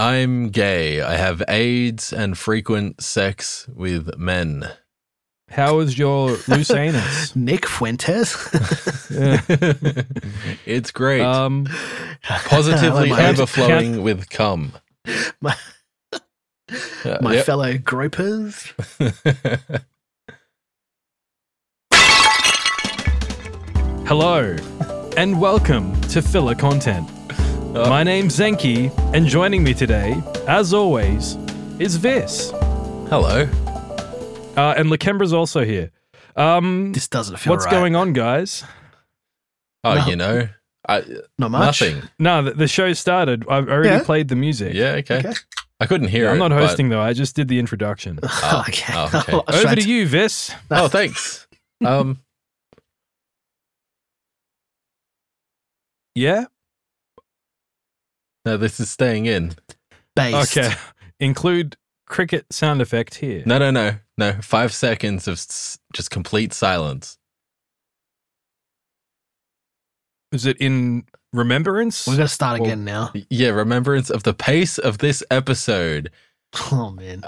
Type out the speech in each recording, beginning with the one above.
I'm gay. I have AIDS and frequent sex with men. How is your loose anus? Nick Fuentes. Yeah. it's great. Um, Positively my- overflowing with cum. My- Uh, My yep. fellow gropers. hello, and welcome to Filler Content. Uh. My name's Zenki, and joining me today, as always, is Vis. Hello. Uh, and Lakembra's also here. Um, This doesn't feel what's right. going on, guys? Oh, No. you know, I, Not much. nothing. No, the, the show started. I've already Yeah. played the music. Yeah, okay. Okay. I couldn't hear. I'm not it, but- hosting, though. I just did the introduction. Oh, okay. oh, okay. I was Over trying to to- you, Vis. oh, thanks. Um, Yeah? no, this is staying in. Based. Okay. Include cricket sound effect here. No, no, no, no. Five seconds of s- just complete silence. Is it in remembrance? We're gonna start Well- again now. Y- Yeah, remembrance of the pace of this episode. Oh man.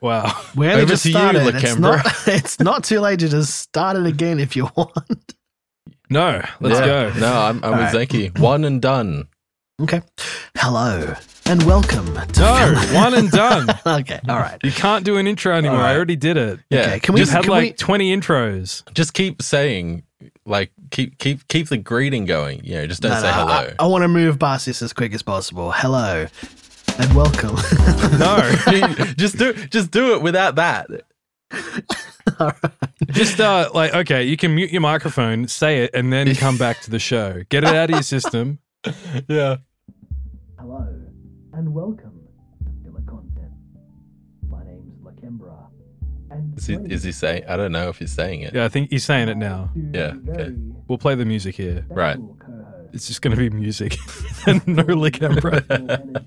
Wow. We only Over just to you, started. it's, Lakemba. not, it's not too late to just start it again if you want. No, let's Yeah. go. No, I'm, I'm with Zenki. One and done. Okay. Hello and welcome to No, one and done. Okay, all right. You can't do an intro anymore. I Alright. already did it. Yeah. Okay, can we- Just had can like we- 20 intros. Just keep saying, like, keep keep keep the greeting going. You know, just don't No, say no, hello. I, want to move past this as quick as possible. Hello and welcome. No. just do just do it without that. Just uh, like, okay, you can mute your microphone, say it, and then come back to the show. Get it out of your system. Yeah. Hello and welcome to Filler Content. My name's Lakembra. And Is he, is he saying? I don't know if he's saying it. Yeah, I think he's saying it now. Yeah, okay. We'll play the music here. Right. It's just going to be music and no Licambra.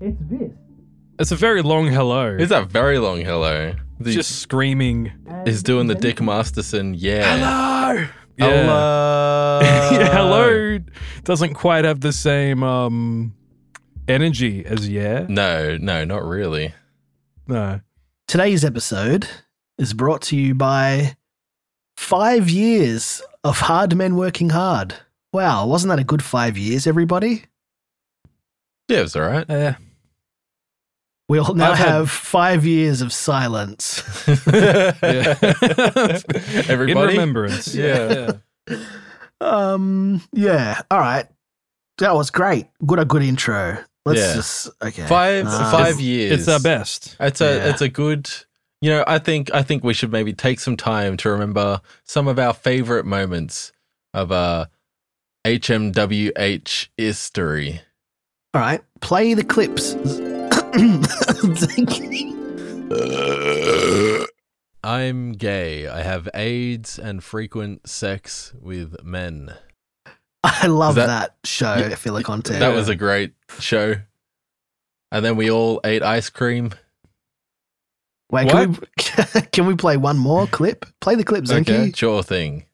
It's this. It's a very long hello. It's a very long hello. He's, just screaming. he's doing the Dick Masterson. Yeah. uh, Hello. Yeah. Hello. yeah, hello doesn't quite have the same um energy as yeah. No, no, not really. No. Today's episode is brought to you by five years of hard men working hard. Wow, wasn't that a good five years, everybody? Yeah, it was all right. Uh, We all now I've had- have five years of silence. yeah. In Everybody. remembrance. Yeah. Um, yeah, all right. That was great. Good, a good intro. Let's Yeah. just okay. Five Uh, five years. It's our best. It's a Yeah. it's a good you know, I think I think we should maybe take some time to remember some of our favorite moments of uh HMWH history. All right, play the clips. Uh. I'm gay. I have AIDS and frequent sex with men. I love That- that, show Yeah. filler content. That was a great show. And then we all ate ice cream. Wait, can we, can we play one more clip? Play the clip, Zinky. Sure thing.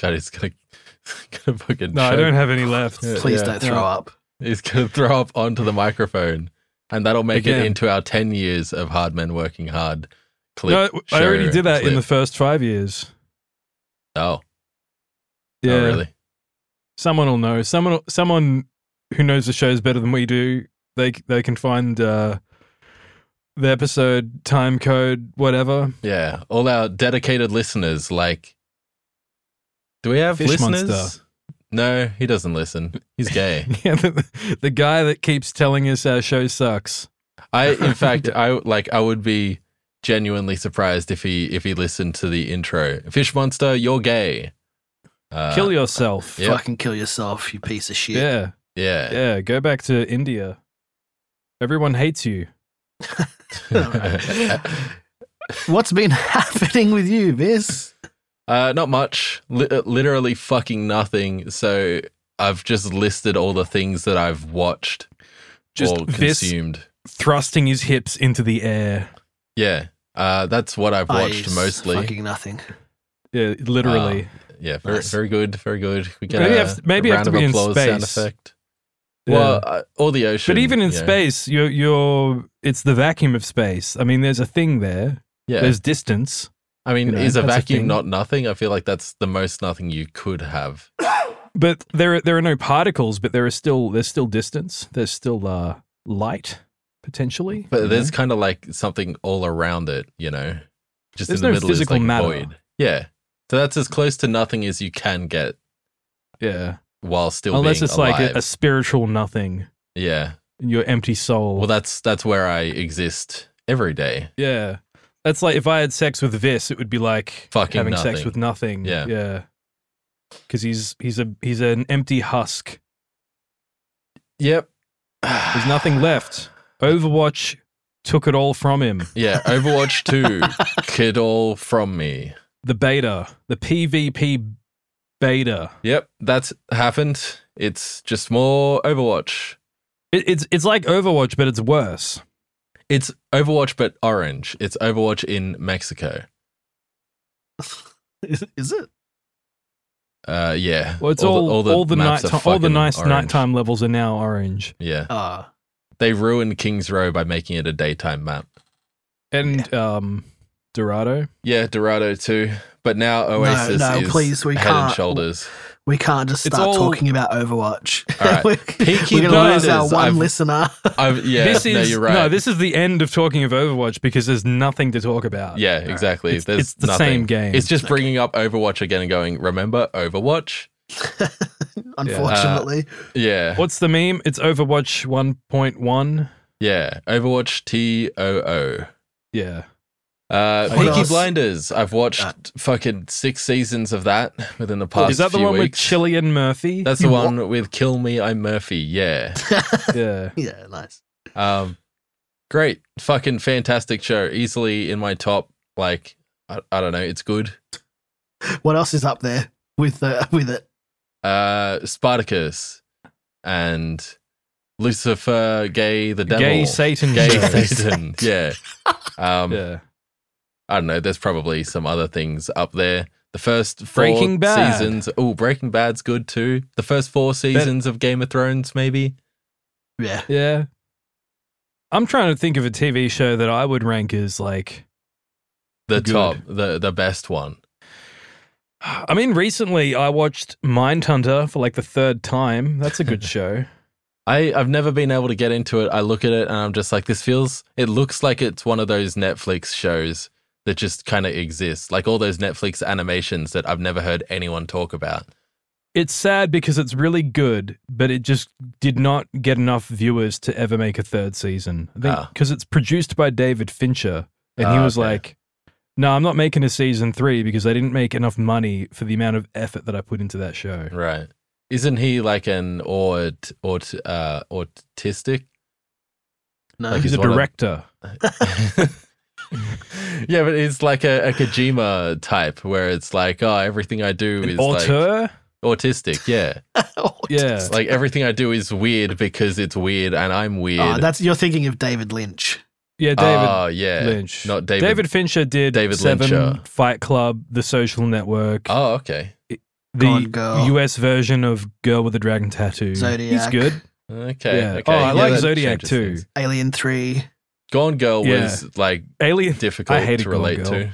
God, he's gonna, gonna fucking No, I choke. don't have any left. Yeah. Please don't throw Yeah. up. He's gonna throw up onto the microphone, and that'll make Again. it into our ten years of hard men working hard. Clip. No, I already show did that in the clip. first five years. Oh, Yeah. oh, really? Someone will know. Someone someone who knows the shows better than we do, they they can find uh the episode time code whatever. Yeah. All our dedicated listeners, like, do we have Fish listeners? Monster. No, he doesn't listen. He's gay. yeah, the, the guy that keeps telling us our show sucks. I, in fact, I like. I would be genuinely surprised if he if he listened to the intro. Fish monster, you're gay. Uh, Kill yourself. Yeah. Fucking kill yourself, you piece of shit. yeah. Yeah. Yeah, go back to India. Everyone hates you. What's been happening with you, Viz? Uh, not much. Li- uh, literally fucking nothing. So I've just listed all the things that I've watched Just or this- consumed. Thrusting his hips into the air. Yeah. Uh, that's what I've watched I- mostly. Fucking nothing. Yeah, uh, literally. Yeah, very, Nice. very good, very good. We get Maybe a, I've- maybe a I round have to of be in applause sound space. effect. Well, uh, or the ocean. but even in you know. space, you're you're it's the vacuum of space. I mean, there's a thing there. yeah. There's distance. I mean, you know, is a that's a vacuum thing. not nothing? I feel like that's the most nothing you could have. But there are, there are no particles, but there are still there's still distance. There's still uh, light potentially. But you there's know? kind of like something all around it, you know. Just There's in the no middle physical is like a matter. void. Yeah. So that's as close to nothing as you can get yeah, while still unless being it's alive. like a, a spiritual nothing, yeah. your empty soul. Well, that's that's where I exist every day. yeah, that's like if I had sex with this, it would be like Fucking having sex nothing. with nothing. Yeah. yeah, because he's he's a he's an empty husk. Yep. There's nothing left. Overwatch took it all from him. Yeah, Overwatch 2, kid all from me. The beta, the PvP beta. Yep, that's happened. It's just more Overwatch. It, it's it's like Overwatch, but it's worse. It's Overwatch but orange. It's Overwatch in Mexico. Is, is it? Uh yeah. Well, it's all all the, maps nighttime, are all the fucking nice orange. nighttime levels are now orange, Yeah. Ah, They ruined King's Row by making it a daytime map. and um, Dorado. Yeah, Dorado too. But now Oasis no, is please, we head and can't. shoulders. we can't just It's start all- talking about Overwatch. All right. we're Peaky we're gonna lose our Blinders, one I've- listener. I've, yeah, this is no, you're right. no, this is the end of talking of Overwatch because there's nothing to talk about. yeah, exactly. It's, There's it's the nothing. same game. It's just bringing up Overwatch again and going, remember Overwatch? Unfortunately, Yeah. What's the meme? It's Overwatch 1.1. Yeah. Overwatch T O O. Yeah. Uh, What Peaky else? Blinders. I've watched Uh, fucking six seasons of that within the past. Is that the few one with weeks. Chilean Murphy? That's the one with "Kill Me, I'm Murphy." Yeah, yeah. yeah, nice. um, great, fucking fantastic show. Easily in my top. Like, I, I don't know, it's good. What else is up there with uh, with it? Uh, Spartacus and Lucifer, Gay the Devil, Gay Satan. Gay show. Satan. Yeah. Um, Yeah. I don't know. There's probably some other things up there. The first four Breaking Bad. seasons. Oh, Breaking Bad's good too. The first four seasons of Game of Thrones, maybe. Yeah, Yeah. I'm trying to think of a TV show that I would rank as like. The Good. top, the the best one. I mean, recently I watched Mindhunter for like the third time. That's a good show. I I've never been able to get into it. I look at it and I'm just like, this feels. It looks like it's one of those Netflix shows that just kind of exists, like all those Netflix animations that I've never heard anyone talk about. It's sad because it's really good, but it just did not get enough viewers to ever make a third season. Ah. Because it's produced by David Fincher, and he Ah, was okay. like, "No, I'm not making a season three because I didn't make enough money for the amount of effort that I put into that show." Right? Isn't he like an aut aut uh, autistic? no, Like He's he's a one of- director. yeah, but it's like a, a Kojima type where it's like, oh, everything I do An is like auteur? autistic. Yeah, yeah. like everything I do is weird because it's weird, and I'm weird. Oh, that's you're thinking of David Lynch. yeah, Ah, David. Oh, yeah, Lynch. not David. Fincher did David Seven, Lyncher. Fight Club, The Social Network, Oh, okay, the Gone Girl. US version of Girl with a Dragon Tattoo. He's Zodiac. good. okay, Yeah. okay. Oh, I Yeah, like that Zodiac changes too. things. Alien Three. Gone Girl Yeah. was like Alien. difficult I hated to Gone relate Girl. to.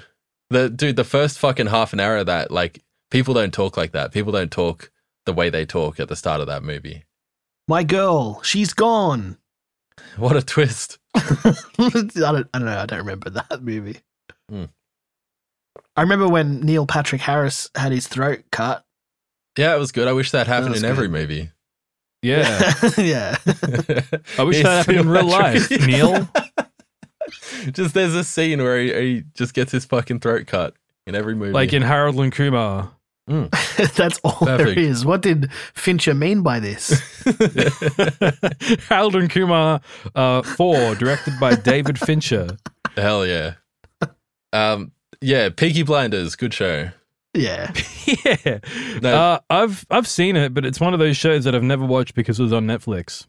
The dude, the first fucking half an hour of that, like people don't talk like that. People don't talk the way they talk at the start of that movie. My girl, she's gone. What a twist! I don't, I don't know. I don't remember that movie. Hmm. I remember when Neil Patrick Harris had his throat cut. Yeah, it was good. I wish that happened was in every good. movie. Yeah. yeah. I wish He's that happened in real life, electric- Neil. just there's a scene where he, he just gets his fucking throat cut in every movie. like in Harold and Kumar. That's all there Perfect. is. What did Fincher mean by this? Harold and Kumar uh, 4, directed by David Fincher. hell yeah. Um, yeah, Peaky Blinders, good show. yeah. yeah. No. Uh, I've I've seen it, but it's one of those shows that I've never watched because it was on Netflix.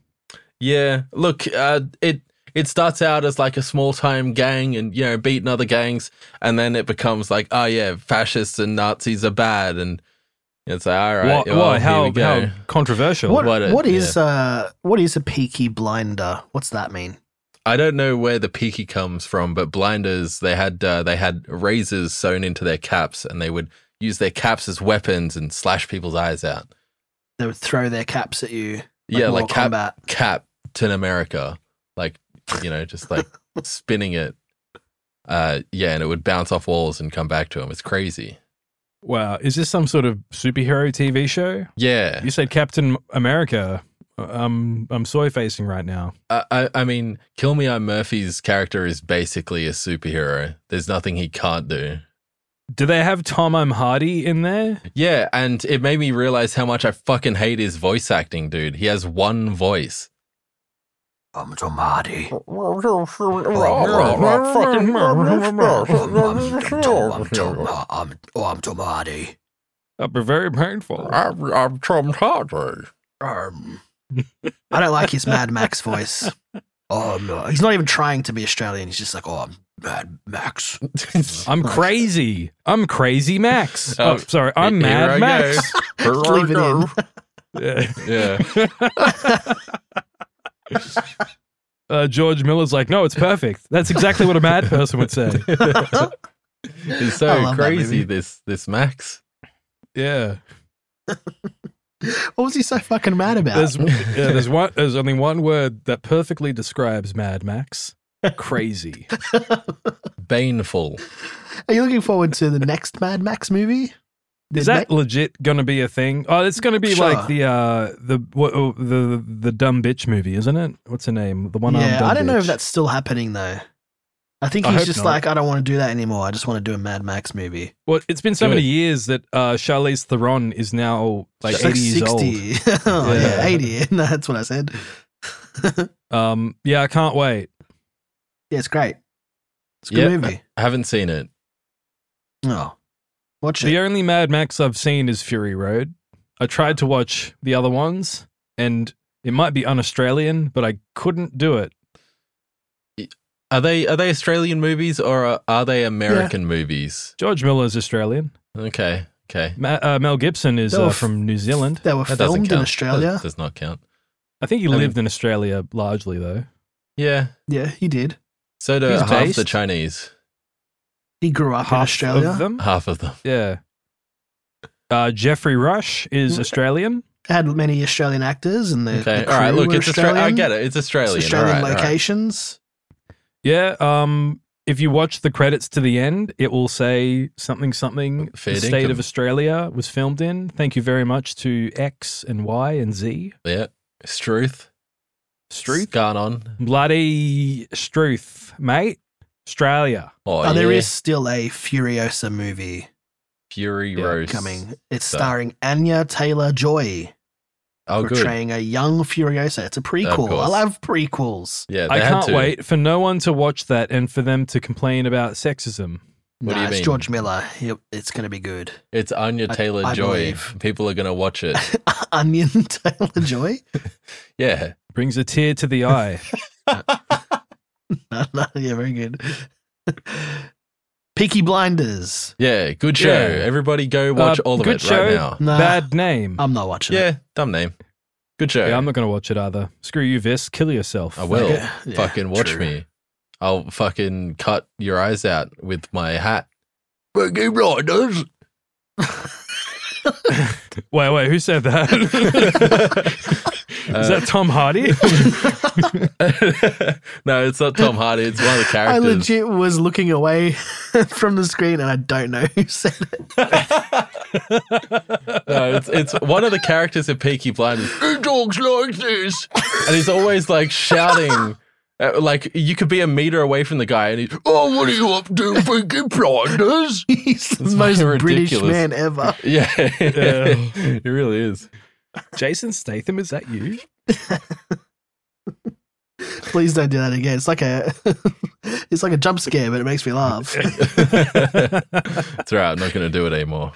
Yeah, look, uh, it it starts out as like a small time gang and you know beating other gangs, and then it becomes like, oh yeah, fascists and Nazis are bad, and It's like, all right. why? well, why? here how, we go. how controversial? What, What a- what is uh what is a peaky blinder? What's that mean? I don't know where the peaky comes from, but blinders they had uh, they had razors sewn into their caps, and they would use their caps as weapons and slash people's eyes out. They would throw their caps at you. yeah, like Mortal cap Kombat. Captain America, like you know, just like spinning it. Uh, yeah, and it would bounce off walls and come back to him. It's crazy. wow, is this some sort of superhero TV show? Yeah, You said Captain America. Um, I'm soy facing right now. I, I, I mean, Kill Me, I'm Murphy's character is basically a superhero. There's nothing he can't do. Do they have Tom I'm Hardy in there? Yeah, and it made me realize how much I fucking hate his voice acting, dude. He has one voice. I'm Tom Hardy. Oh, I'm I'm, oh, I'm Tom Hardy. That'd be very painful. Tom Hardy. Um, I don't like his Mad Max voice. Oh no, he's not even trying to be Australian. He's just like, oh, I'm Mad Max. I'm Nice. crazy. I'm crazy Max. Oh, oh, sorry, I'm here I Mad Max. Just leave it in. Yeah. yeah. Uh, George Miller's like, no, it's perfect. That's exactly what a mad person would say. It's I so love that crazy, movie. this this Max. Yeah. What was he so fucking mad about? There's yeah, there's one there's only one word that perfectly describes Mad Max. Crazy. Baneful. Are you looking forward to the next Mad Max movie? Is The that legit gonna be a thing? Oh, it's gonna be Sure. like the uh the what oh, the the dumb bitch movie, isn't it? What's her name? The one yeah, dumb I don't know if bitch. that's still happening though. I think I he's hope just not. like, I don't want to do that anymore. I just want to do a Mad Max movie. well, it's been so Good. many years that uh Charlize Theron is now like She's eighty years old. oh, yeah. Yeah. 80. No, that's what I said. yeah, Um yeah, I can't wait. it's great. It's a good Yep. movie. I haven't seen it. Oh, watch it. The only Mad Max I've seen is Fury Road. I tried to watch the other ones, and it might be un-Australian, but I couldn't do it. Are they are they Australian movies or are, are they American movies? George Miller's Australian. Okay. Okay. Ma- uh, Mel Gibson is They were uh, f- from New Zealand. They were That doesn't filmed count. in That Australia. does not count. I think he I mean- lived in Australia largely, though. Yeah. Yeah, he did. So do He's half based. the Chinese. He grew up in Australia. of them. Half of them. Yeah. Uh, Jeffrey Rush is Mm. Australian. It had many Australian actors and the, Okay. the All right. crew Look, were it's Australian. I Australian. get it. It's Australian. It's Australian all right, all right. locations. Yeah. Um, if you watch the credits to the end, it will say something something. Fair the state dinkum. of Australia was filmed in. Thank you very much to X and Y and Z. Yeah. Struth. Struth. Garnon. Bloody Struth, mate. Australia. Oh, Oh, there yeah. is still a Furiosa movie Fury Yeah, Roast. coming. It's So- starring Anya Taylor Joy, Oh, good. portraying a young Furiosa. It's a prequel. I course. love prequels. Yeah. I they had can't to. wait for no one to watch that and for them to complain about sexism. What do nah, you it's mean? George Miller. Yep, it's going to be good. It's Anya I- Taylor I Joy. believe. People are going to watch it. Onion Taylor Joy. Yeah. Brings a tear to the eye. No, no, yeah, very good. Peaky Blinders. Yeah. Good show. Yeah. Everybody go watch Uh, all of good it show. right now. Nah, Bad name. I'm not watching it. Yeah. Dumb name. Good show. yeah, I'm not going to watch it either. Screw you, Vis. Kill yourself. I will. Okay. Yeah, fucking watch true. me. I'll fucking cut your eyes out with my hat. Peaky Blinders. Wait, wait. Who said that? Uh, Is that Tom Hardy? no, it's not Tom Hardy. It's one of the I characters. legit was looking away from the screen and I don't know who said it. no, it's it's one of the characters of Peaky Blinders. He talks like this, and he's always like shouting. Uh, like you could be a meter away from the guy, and he, oh, what are you up to, Peaky Blinders? He's the It's most fucking British ridiculous. man ever. Yeah, Yeah. it really is. Jason Statham, is that you? Please don't do that again. It's like a it's like a jump scare, but it makes me laugh. it's all right. I'm not going to do it anymore.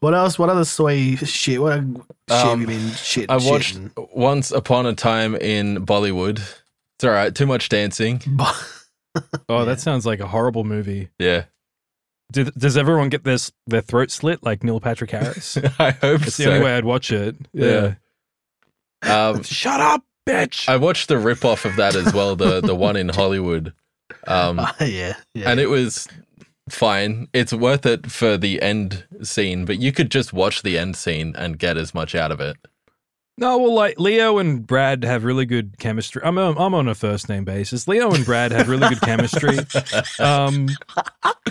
What else? What other soy shit? What other shit have Um, you been shit? I watched shitting? Once Upon a Time in Bollywood. It's all right. Too much dancing. Bo- Oh, Yeah. that sounds like a horrible movie. Yeah. Do, does everyone get their s- their throat slit like Neil Patrick Harris? I hope It's the so. only way I'd watch it. Yeah. Um, Shut up, bitch. I watched the ripoff of that as well, the the one in Hollywood. Um, Ah, yeah, yeah. and it was fine. It's worth it for the end scene, but you could just watch the end scene and get as much out of it. No, well, like Leo and Brad have really good chemistry. I'm on, I'm on a first name basis. Leo and Brad have really good chemistry. Um,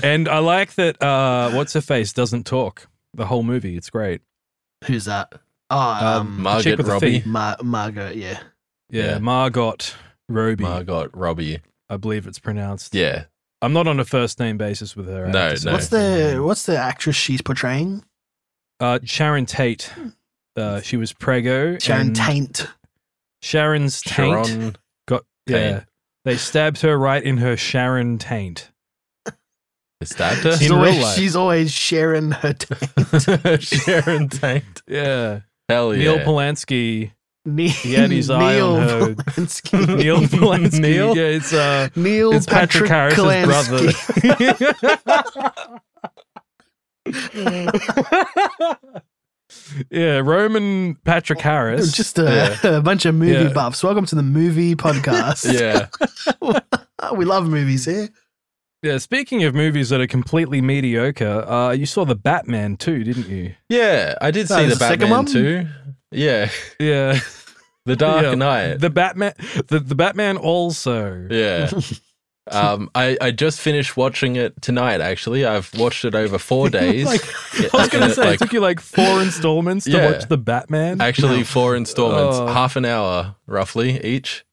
and I like that. Uh, what's her face doesn't talk the whole movie. It's great. Who's that? Oh, um, Mar- Margaret with the Robbie. fee. Mar- Margot. Yeah. Yeah, Yeah. Margot Robbie, Margot Robbie. I believe it's pronounced. Yeah. I'm not on a first name basis with her. I No, have to say. no. What's the What's the actress she's portraying? uh, Sharon Tate? Uh, she was Prego. Sharon and Taint. Sharon's taint Sharon. got yeah. Taint. They stabbed her right in her Sharon Taint. They stabbed her? She's In real always, life. she's always sharing her taint. Sharon tanked. Yeah, Hell yeah. Neil Polanski. Ne- He had his eye Neil on her. Polanski. Neil Polanski. Neil? Yeah, it's uh, Neil it's Patrick, Harris's Polanski. uh, brother. yeah, Roman Patrick Harris. Oh, Just uh, a, a bunch of movie Yeah. buffs. Welcome to the movie podcast. Oh, yeah. we love movies here. yeah. Speaking of movies that are completely mediocre, uh, you saw the Batman too, didn't you? Yeah. I did No, see there's the a second Batman one? too. Yeah. Yeah, The Dark Yeah. Knight. the Batman, the, the Batman also. Yeah. Um, I, I just finished watching it tonight, actually. I've watched it over four days. Like, Yeah, I was gonna and it, say Uh, like, it took you like four installments to Yeah. watch the Batman. actually four installments, Oh. half an hour roughly each.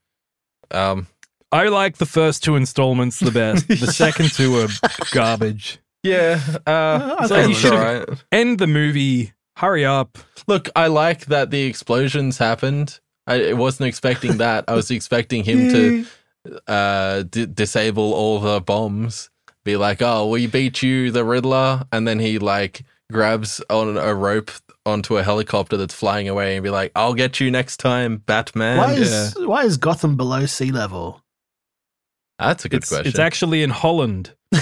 Um, I like the first two installments the best. The second two are garbage. yeah. Uh, I so thought it you was should End the movie. Hurry up. Look, I like that the explosions happened. I, I wasn't expecting that. I was expecting him to uh, d- disable all the bombs. Be like, oh, we beat you, the Riddler, and then he like grabs on a rope onto a helicopter that's flying away, and be like, I'll get you next time, Batman. Why is Why is Gotham below sea level? that's a good it's, question. It's actually in Holland. yeah,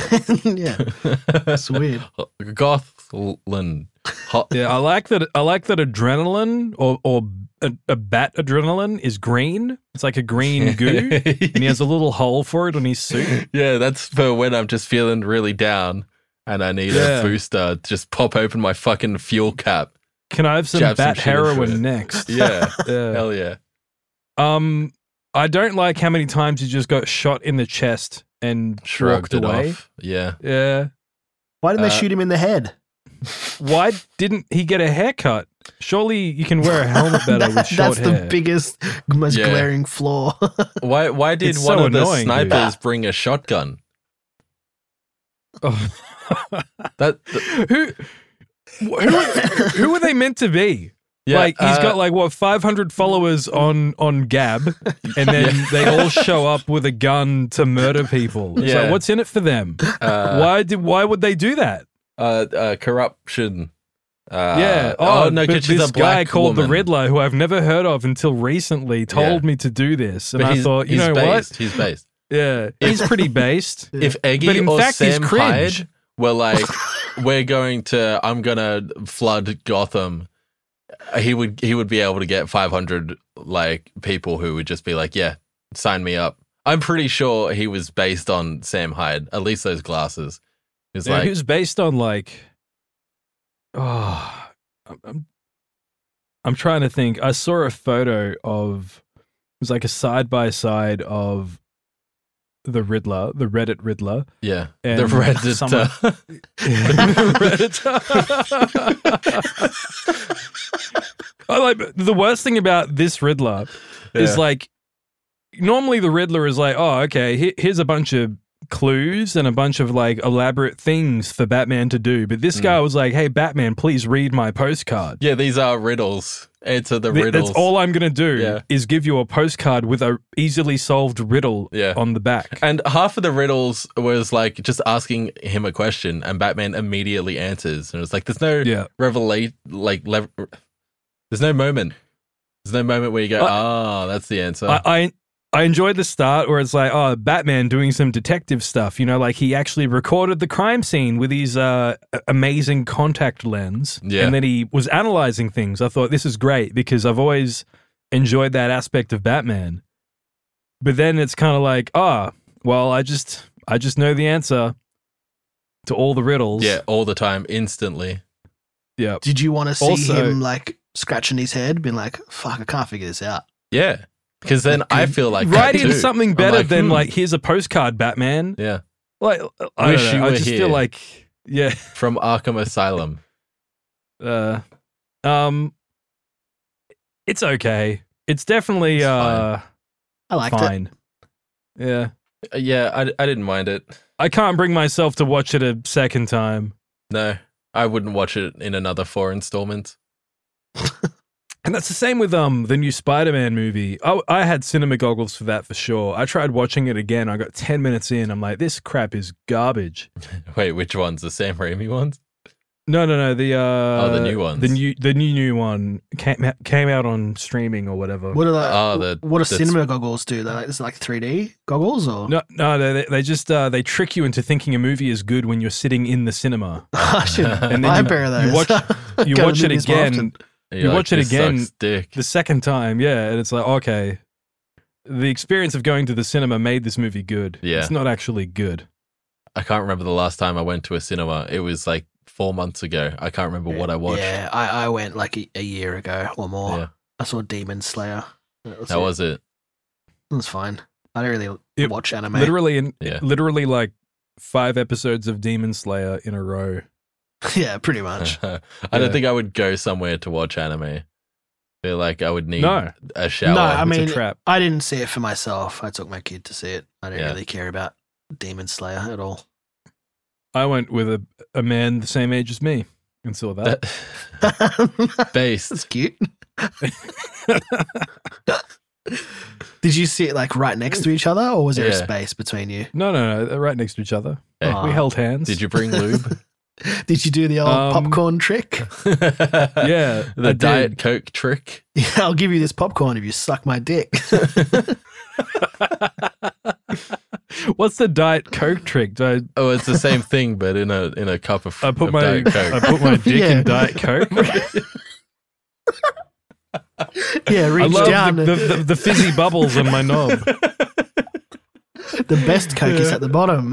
it's weird. Gothland. Ho- Yeah, I like that. I like that adrenaline or or a, a bat adrenaline is green. It's like a green goo, and he has a little hole for it on his suit. yeah, that's for when I'm just feeling really down and I need Yeah. a booster. Just pop open my fucking fuel cap. Can I have some Jab some bat shit into it. heroin next? Yeah, Yeah. hell yeah. Um, I don't like how many times he just got shot in the chest and Shrugged walked it away. off. Yeah. Yeah. Why didn't they Uh, shoot him in the head? Why didn't he get a haircut? Surely you can wear a helmet better That- with short that's hair. the biggest, most Yeah. glaring flaw. Why why did It's one so of the annoying, dude. snipers bring a shotgun? Oh. That who, who, who were they meant to be? yeah, like he's uh, got like what 500 followers on on Gab, and then they all show up with a gun to murder people. It's like, Yeah. what's in it for them? uh, why did why would they do that? uh, uh, corruption. Uh, yeah. Oh, no, 'cause but she's this a guy black called the woman. Riddler, who I've never heard of until recently, told me to do this, and But I he's- thought, you he's know based, what? He's based. Yeah, he's pretty based. Yeah. If Eggy But in or fact, he's Sam cringe. Hyde were like, we're going to, I'm gonna flood Gotham, uh, he would he would be able to get 500 like people who would just be like, yeah, sign me up. I'm pretty sure he was based on Sam Hyde, at least those glasses. He's Yeah, like, who's based on like oh I'm, I'm I'm trying to think. I saw a photo of it was like a side by side of the Riddler, the Reddit Riddler. yeah, and the uh, Reddit. someone- I like the worst thing about this Riddler is like normally the Riddler is like, oh, okay, he- here's a bunch of clues and a bunch of like elaborate things for Batman to do. But this Mm. guy was like, hey, Batman, please read my postcard. yeah, these are riddles. Answer the Th- riddles. That's all I'm gonna do Yeah. is give you a postcard with a easily solved riddle Yeah. on the back. And half of the riddles was like just asking him a question, and Batman immediately answers, and it's like there's no yeah. revelate like lev- there's no moment. There's no moment where you go, I- ah, that's the answer. I, I I enjoyed the start where it's like, oh, Batman doing some detective stuff. You know, like he actually recorded the crime scene with his uh, a- amazing contact lens. Yeah. And then he was analyzing things. I thought this is great because I've always enjoyed that aspect of Batman. But then it's kind of like, ah, well, I just I just know the answer to all the riddles. Yeah, all the time, instantly. Yeah. Did you want to see Also- him like scratching his head, being like, "Fuck, I can't figure this out." Yeah, because then I feel like that Write in too. something I'm better than hmm, like here's a postcard, Batman. yeah Like I, Wish don't know, you I were just here. feel like yeah. from Arkham Asylum. uh um it's okay it's definitely It's uh I liked it. fine. yeah Uh, Yeah, I, I didn't mind it. i can't bring myself to watch it a second time No, I wouldn't watch it in another four installments. and that's the same with um the new spider-man movie i, I had cinema goggles for that for sure i tried watching it again i got 10 minutes in i'm like this crap is garbage Wait, which ones? The Sam Raimi ones? no no no the uh oh, the new ones. the new the new new one came, came out on streaming or whatever What are the, Ah, the- what do the- cinema goggles do? They're like, is it like 3D goggles or? no no they, they- they just uh, they trick you into thinking a movie is good when you're sitting in the cinema I should And then buy you- a pair of those. you watch, you watch it again You're you watch it "This again- sucks dick. the second time, yeah, and it's like, okay, the experience of going to the cinema made this movie good. Yeah. It's not actually good. I can't remember the last time I went to a cinema. It was like four months ago. I can't remember what I watched. Yeah, I, I went like a, a year ago or more. Yeah. I saw Demon Slayer. That was How it. was it? It was fine. I don't really It- watch anime. Literally, in, Yeah. literally like five episodes of Demon Slayer in a row. yeah, pretty I much. don't Yeah. think I would go somewhere to watch anime. feel like I would need No, a shower. No, I it's mean, a trap. I didn't see it for myself. I took my kid to see it. I don't Yeah. really care about Demon Slayer at all. I went with a, a man the same age as me and saw that. That- Uh-huh. That's based. cute. Did you see it like right next to each other, or was there a Yeah. space between you? no, no, no, they're right next to each other. Hey, Aw. We held hands. Ah. Did you bring lube? Did you do the old Um, popcorn trick? yeah. Yeah, I The did. Diet Coke trick. Yeah, I'll give you this popcorn if you suck my dick. What's the diet coke trick? Do I Oh, it's the same thing, but in a in a cup of, I put of my Diet I Coke. put my dick Yeah. in diet coke. yeah, I reach love down. the, the, the, the fizzy bubbles on my knob. the, best coke is at the bottom.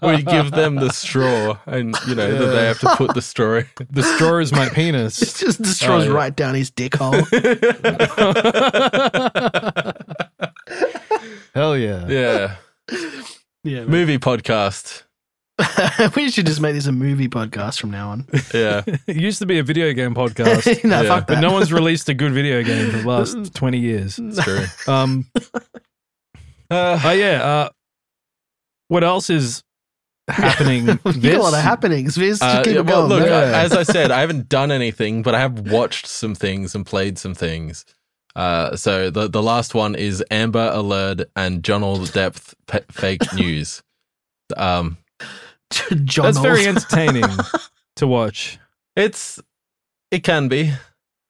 we give them the straw, and you know that they have to put the straw. in. The straw is my It penis. just destroys Oh, yeah. right down his dick hole. Hell yeah. Yeah, yeah, movie podcast. we should just make this a movie podcast from now on. Yeah, It used to be a video game no, podcast, Yeah. fuck but that. no one's released a good video game for the last 20 years. it's true. Um, oh, yeah. Uh, what else is happening? you got a lot of happenings. Viz. Just Uh, keep yeah, it well, going. look, man. Yeah. I- as I said, I haven't done anything, but I have watched some things and played some things. Uh, so the the last one is Amber Alert and John All Depth pe- fake news. Um, John That's Old. very entertaining to watch. It's it can be.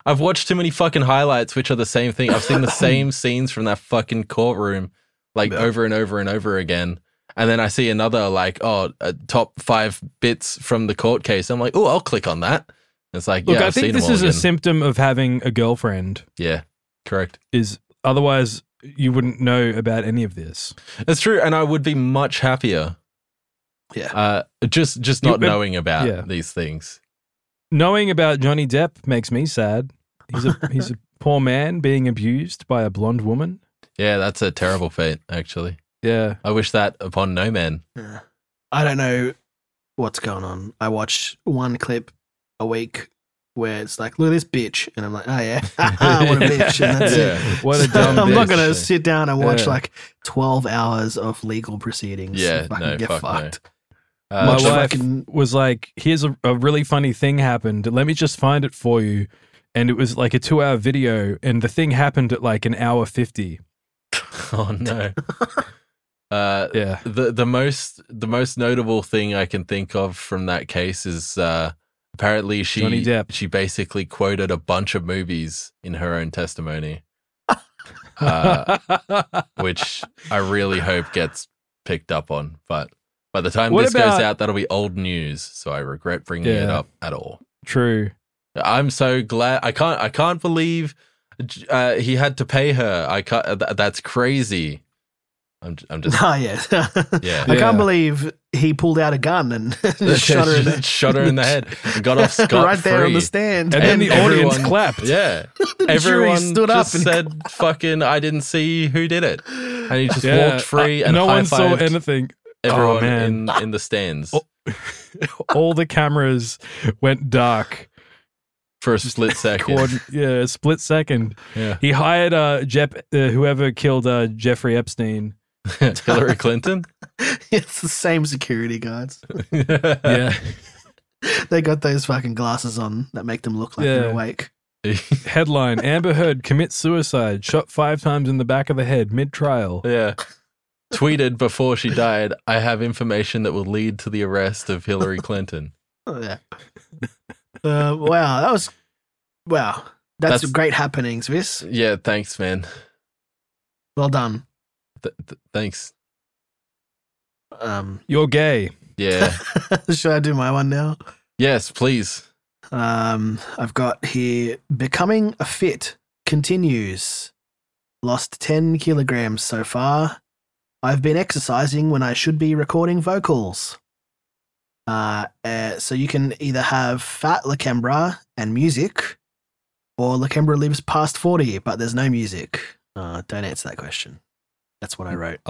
I've watched too many fucking highlights, which are the same thing. I've seen the same scenes from that fucking courtroom, like Yeah. over and over and over again. And then I see another like, oh, uh, top five bits from the court case. I'm like, oh, I'll click on that. It's like, Look, yeah, I I've seen think this them all is a again. symptom of having a girlfriend. yeah, correct. is otherwise you wouldn't know about any of this. That's true, and I would be much happier. Yeah. uh, just just You- not but- knowing about yeah. these things. Knowing about Johnny Depp makes me sad. He's a he's a poor man being abused by a blonde woman. Yeah, that's a terrible fate. Actually, Yeah. I wish that upon no man. Yeah. I don't know what's going on. I watch one clip a week where it's like, look at this bitch. And I'm like, oh, yeah. what a bitch. And that's it. yeah. What a So dumb I'm not bitch. going to sit down and watch Yeah. like 12 hours of legal proceedings. Yeah, and fucking no, get fuck no. fucked. Uh, My Much wife fucking- was like, here's a, a really funny thing happened. Let me just find it for you. And it was like a two hour video and the thing happened at like an hour fifty. Oh no. uh, Yeah. the the most the most notable thing I can think of from that case is uh, apparently she Johnny Depp. she basically quoted a bunch of movies in her own testimony. uh, which I really hope gets picked up on. But by the time What this about- goes out, that'll be old news. So I regret bringing it Yeah. up at all. True. I'm so glad. I can't. I can't believe uh, he had to pay her. I can't. Th- that's crazy. I'm. j- I'm just. Ah, yes. Yeah. I Yeah. can't believe he pulled out a gun and shot her in the, Shot her in the head. and Got off scot right free. there on the stand. And, then And the audience everyone- clapped. Yeah. the Everyone jury stood up just and said, "Fucking, I didn't see who did it," and he just Yeah. walked free Uh, and no one saw high-fived anything. everyone man. in in the stands Oh. All the cameras went dark. for a split second. Quad- yeah, a split second. Yeah. He hired uh, Jep, uh, whoever killed uh, Jeffrey Epstein. Hillary Clinton. it's the same security guards. yeah. They got those fucking glasses on that make them look like Yeah. they're awake. Headline Amber Heard commits suicide, shot five times in the back of the head mid trial. Yeah. Tweeted before she died, I have information that will lead to the arrest of Hillary Clinton. Oh, yeah. uh, wow, that was wow. That's, That's- great happenings, Viz. Yeah, thanks, man. Well done. Th- th- thanks. Um, You're gay. Yeah. should I do my one now? yes, please. Um, I've got here becoming a fit continues. Lost 10 kilograms so far. I've been exercising when I should be recording vocals. Uh, uh, so you can either have fat Lacambra and music, or Lacambra lives past 40, but there's no music. Uh, don't answer that question. That's what I wrote.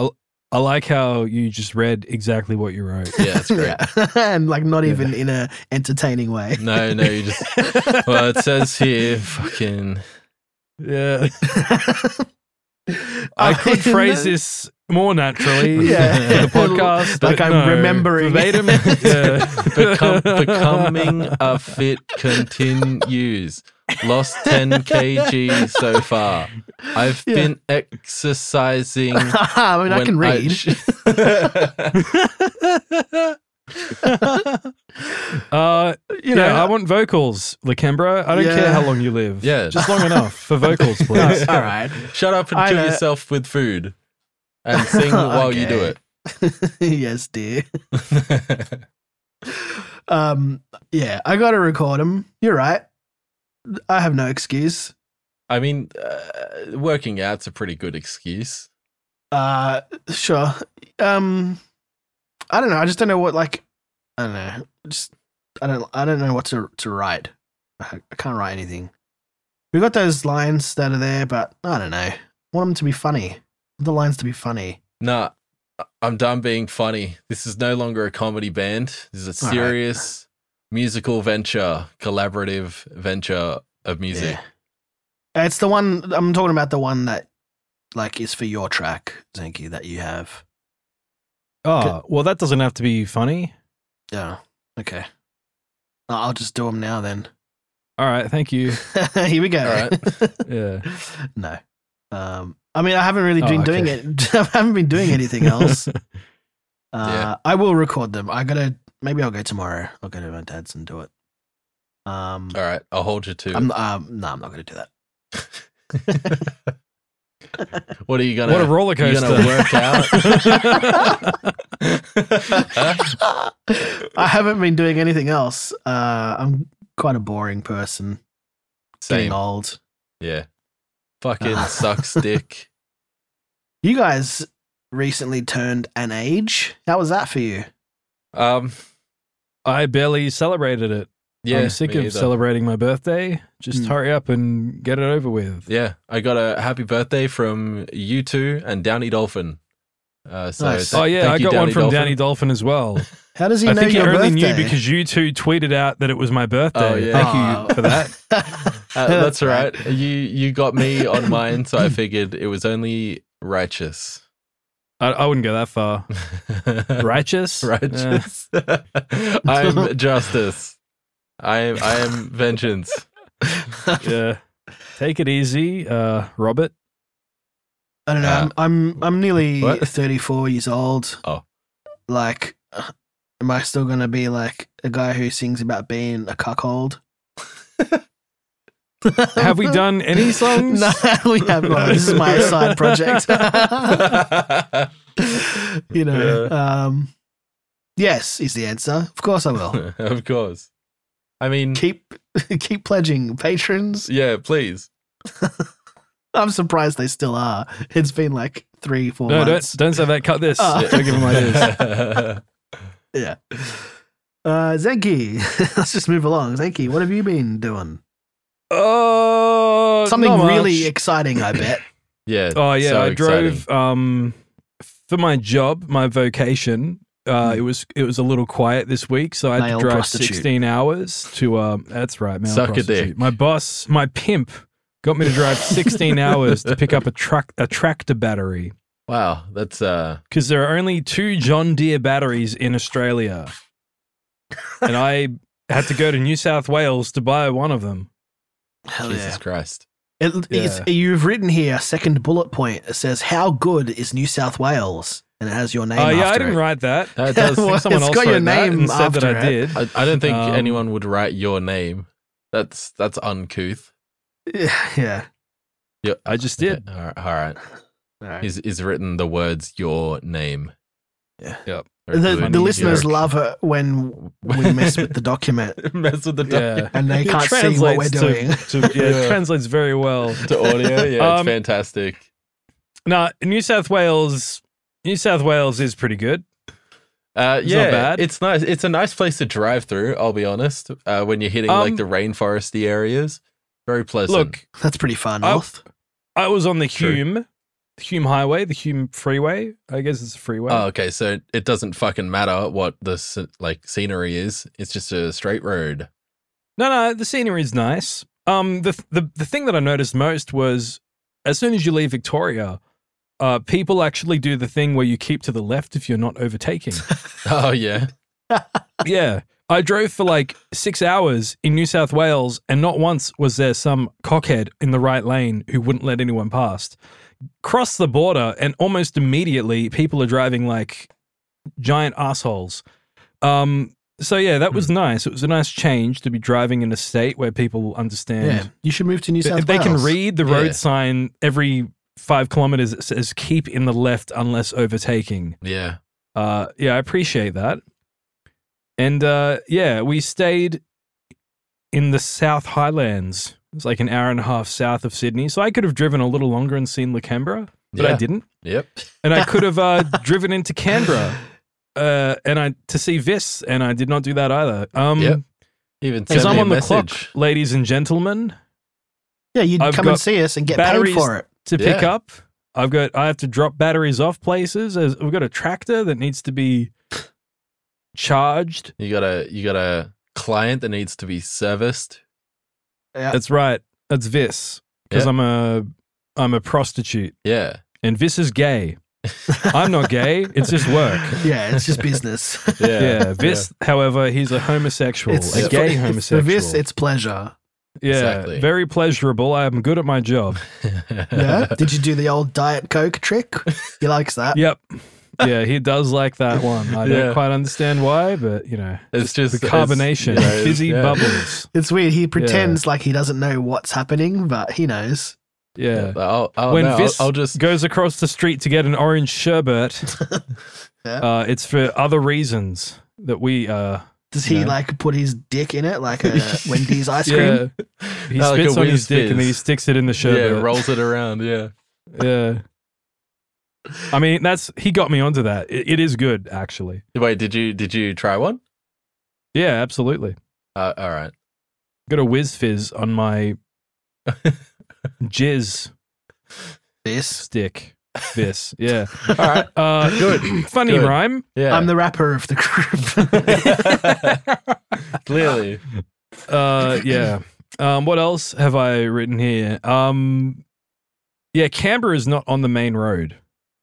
I like how you just read exactly what you wrote. Yeah, it's great. Yeah. and like not Yeah. even in a entertaining way. No, no, you just. Well, it says here, fucking. yeah. I could phrase this more naturally Yeah. for the podcast. Like but I'm no. remembering. Verbatim. Yeah. Become, becoming a fit continues. Lost 10 kg so far. I've Yeah. been exercising. I mean, I when can read. sh- Uh, you know, yeah, I want vocals, Lacambra. I don't Yeah. care how long you live. yeah. Just long enough for vocals, No, please. all right. Shut up and I kill know. yourself with food and sing while you do Okay. it. yes, dear. Um, yeah, I got to record them. You're right. I have no excuse. I mean, uh, working out's a pretty good excuse. Uh, sure. Um, I don't know. I just don't know what like. I don't know. Just I don't. I don't know what to to write. I, I can't write anything. We got those lines that are there, but I don't know. I want them to be funny. I want the lines to be funny. Nah, I- I'm done being funny. This is no longer a comedy band. This is a All right. serious musical venture, collaborative venture of music. Yeah. It's the one I'm talking about. The one that like is for your track, Zenki, that you have. Oh, well, that doesn't have to be funny. Yeah. Okay. I- I'll just do them now then. All right, thank you. Here we go. All Yeah. no. Um. I mean, I haven't really Oh, been doing okay. it. I haven't been doing anything else. Uh, I will record them. I gotta. Maybe I'll go tomorrow. I'll go to my dad's and do it. Um. All right, I'll hold you to. I'm. it. Um. No, I'm not gonna do that. What are you gonna? what a roller you coaster. gonna work out? I haven't been doing anything else. Uh. I'm quite a boring person. Getting Same. old. Yeah. Fucking Ah. sucks dick. You guys recently turned an age. How was that for you? Um. I barely celebrated it. Yeah. I'm sick me of either. celebrating my birthday. Just Hmm. hurry up and get it over with. Yeah, I got a happy birthday from you two and Downy Dolphin. Uh, so Nice. th- Oh yeah, thank I you, got one from Dolphin. Danny Dolphin as well. How does he I know think he your only birthday? knew because you two tweeted out that it was my birthday. Oh, yeah. Thank Oh. you for that. Uh, that's all right. You you got me on mine, so I figured it was only righteous. I, I wouldn't go that far. Righteous, Yeah. righteous. I'm justice. I am I am vengeance. yeah. Take it easy, uh, Robert. I don't know. Uh, I'm, I'm I'm nearly what? 34 years old. Oh. Like, uh, am I still gonna be like a guy who sings about being a cuckold? Have we done any songs? no, we have not. This is my side project. you know. Um, yes is the answer. Of course I will. Oh. of course. I mean, keep keep pledging patrons. yeah, please. I'm surprised they still are. It's been like three, four No, months. don't, don't say that. Cut this. Ah. Don't give him ideas. Yeah. Uh, Zenki, let's just move along. Zenki, what have you been doing? Uh, Something not much. really exciting, I bet. yeah. Oh yeah, so I exciting. drove um for my job, my vocation. Uh, Mm-hmm. it was it was a little quiet this week, so I had Male to drive prostitute. sixteen hours to. Um, that's right, male Suck a prostitute. dick. My boss, my pimp, got me to drive sixteen hours to pick up a truck a tractor battery Wow, that's uh, because there are only two John Deere batteries in Australia, and I had to go to New South Wales to buy one of them. Hell Jesus Oh, yeah. Christ. It, it's- You've written here a second bullet point. It says, How good is New South Wales? And it has your name. Oh yeah, after I didn't it. write that. That I does. think Well, someone it's else got your wrote that and name said that I after did. I, I don't think Um, anyone would write your name. That's that's uncouth. Yeah. yeah. Yeah, I just did. Okay, all right. All right. All right. He's, he's written the words your name. Yeah. Yep. The, the Funny listeners joke. love it when we mess with the document mess with the yeah. document and they It can't see what we're translates doing. To, to- yeah, it Yeah. translates very well. to audio. Yeah, Um, it's fantastic. Now, New South Wales, New South Wales is pretty good. Uh, It's not yeah, bad. it's nice. It's a nice place to drive through. I'll be honest. Uh, when you're hitting Um, like the rainforesty areas, very pleasant. Look, That's pretty far I- north. I was on the True. Hume, the Hume Highway, the Hume Freeway. I guess it's a freeway. Oh, okay. So it doesn't fucking matter what the sce- like scenery is. It's just a straight road. no, no, the scenery is nice. Um, the, the the thing that I noticed most was as soon as you leave Victoria, uh, people actually do the thing where you keep to the left if you're not overtaking. Oh yeah. yeah. I drove for like six hours in New South Wales, and not once was there some cockhead in the right lane who wouldn't let anyone past. Cross the border, and almost immediately, people are driving like giant assholes. Um, so yeah, that Hmm. was nice. It was a nice change to be driving in a state where people understand. yeah. You should move to New South If they can Wales. read the road Yeah. sign every five kilometers, it says "keep in the left unless overtaking." Yeah. Uh, yeah, I appreciate that. And uh, yeah, we stayed in the South Highlands. It's like an hour and a half south of Sydney. So I could have driven a little longer and seen Canberra, but I Yeah. didn't. Yep. And I could have uh, driven into Canberra uh, and I to see Vis, and I did not do that either. Um, Yep. Even Because sent I'm me a on the message. clock, ladies and gentlemen, Yeah, you'd I've come and got see us and get paid batteries- for it. to pick Yeah. up. I've got I have to drop batteries off places. There's- We've got a tractor that needs to be charged. You got a you got a client that needs to be serviced. Yeah. That's right. That's Vis. Because Yeah. I'm a I'm a prostitute Yeah. and Vis is gay. I'm not gay. It's just work. yeah, it's just business. Yeah. Yeah. Vis, however, he's a homosexual, it's a Yep. gay for- homosexual. For this, it's pleasure. yeah, Exactly. very pleasurable. I am good at my job. Yeah. Did you do the old diet coke trick? He likes that. yep. Yeah, he does like that one. I don't Yeah. quite understand why, but you know, It's just the it's- carbonation, you know, fizzy yeah. bubbles. It's weird. He pretends like he doesn't know what's happening, but he knows. Yeah. Oh, oh, when no, I'll- Vis I'll, just goes across the street to get an orange sherbet, Yeah. uh, it's for other reasons that we uh, Does he No. like put his dick in it like a Wendy's ice cream? Yeah. He No, like a spits on his whiz dick and then he fizz. sticks it in the yeah sherbet. rolls it around. Yeah. Yeah. I mean, that's he got me onto that. It, it is good, actually. Wait, did you did you try one? Yeah, absolutely. Uh, all right. Got a whiz fizz on my jizz This. stick. This, yeah. All right. Uh, Good. Funny Good. rhyme. Yeah. I'm the rapper of the group. Clearly. Uh, yeah. Um, what else have I written here? Um, yeah, Canberra is not on the main road.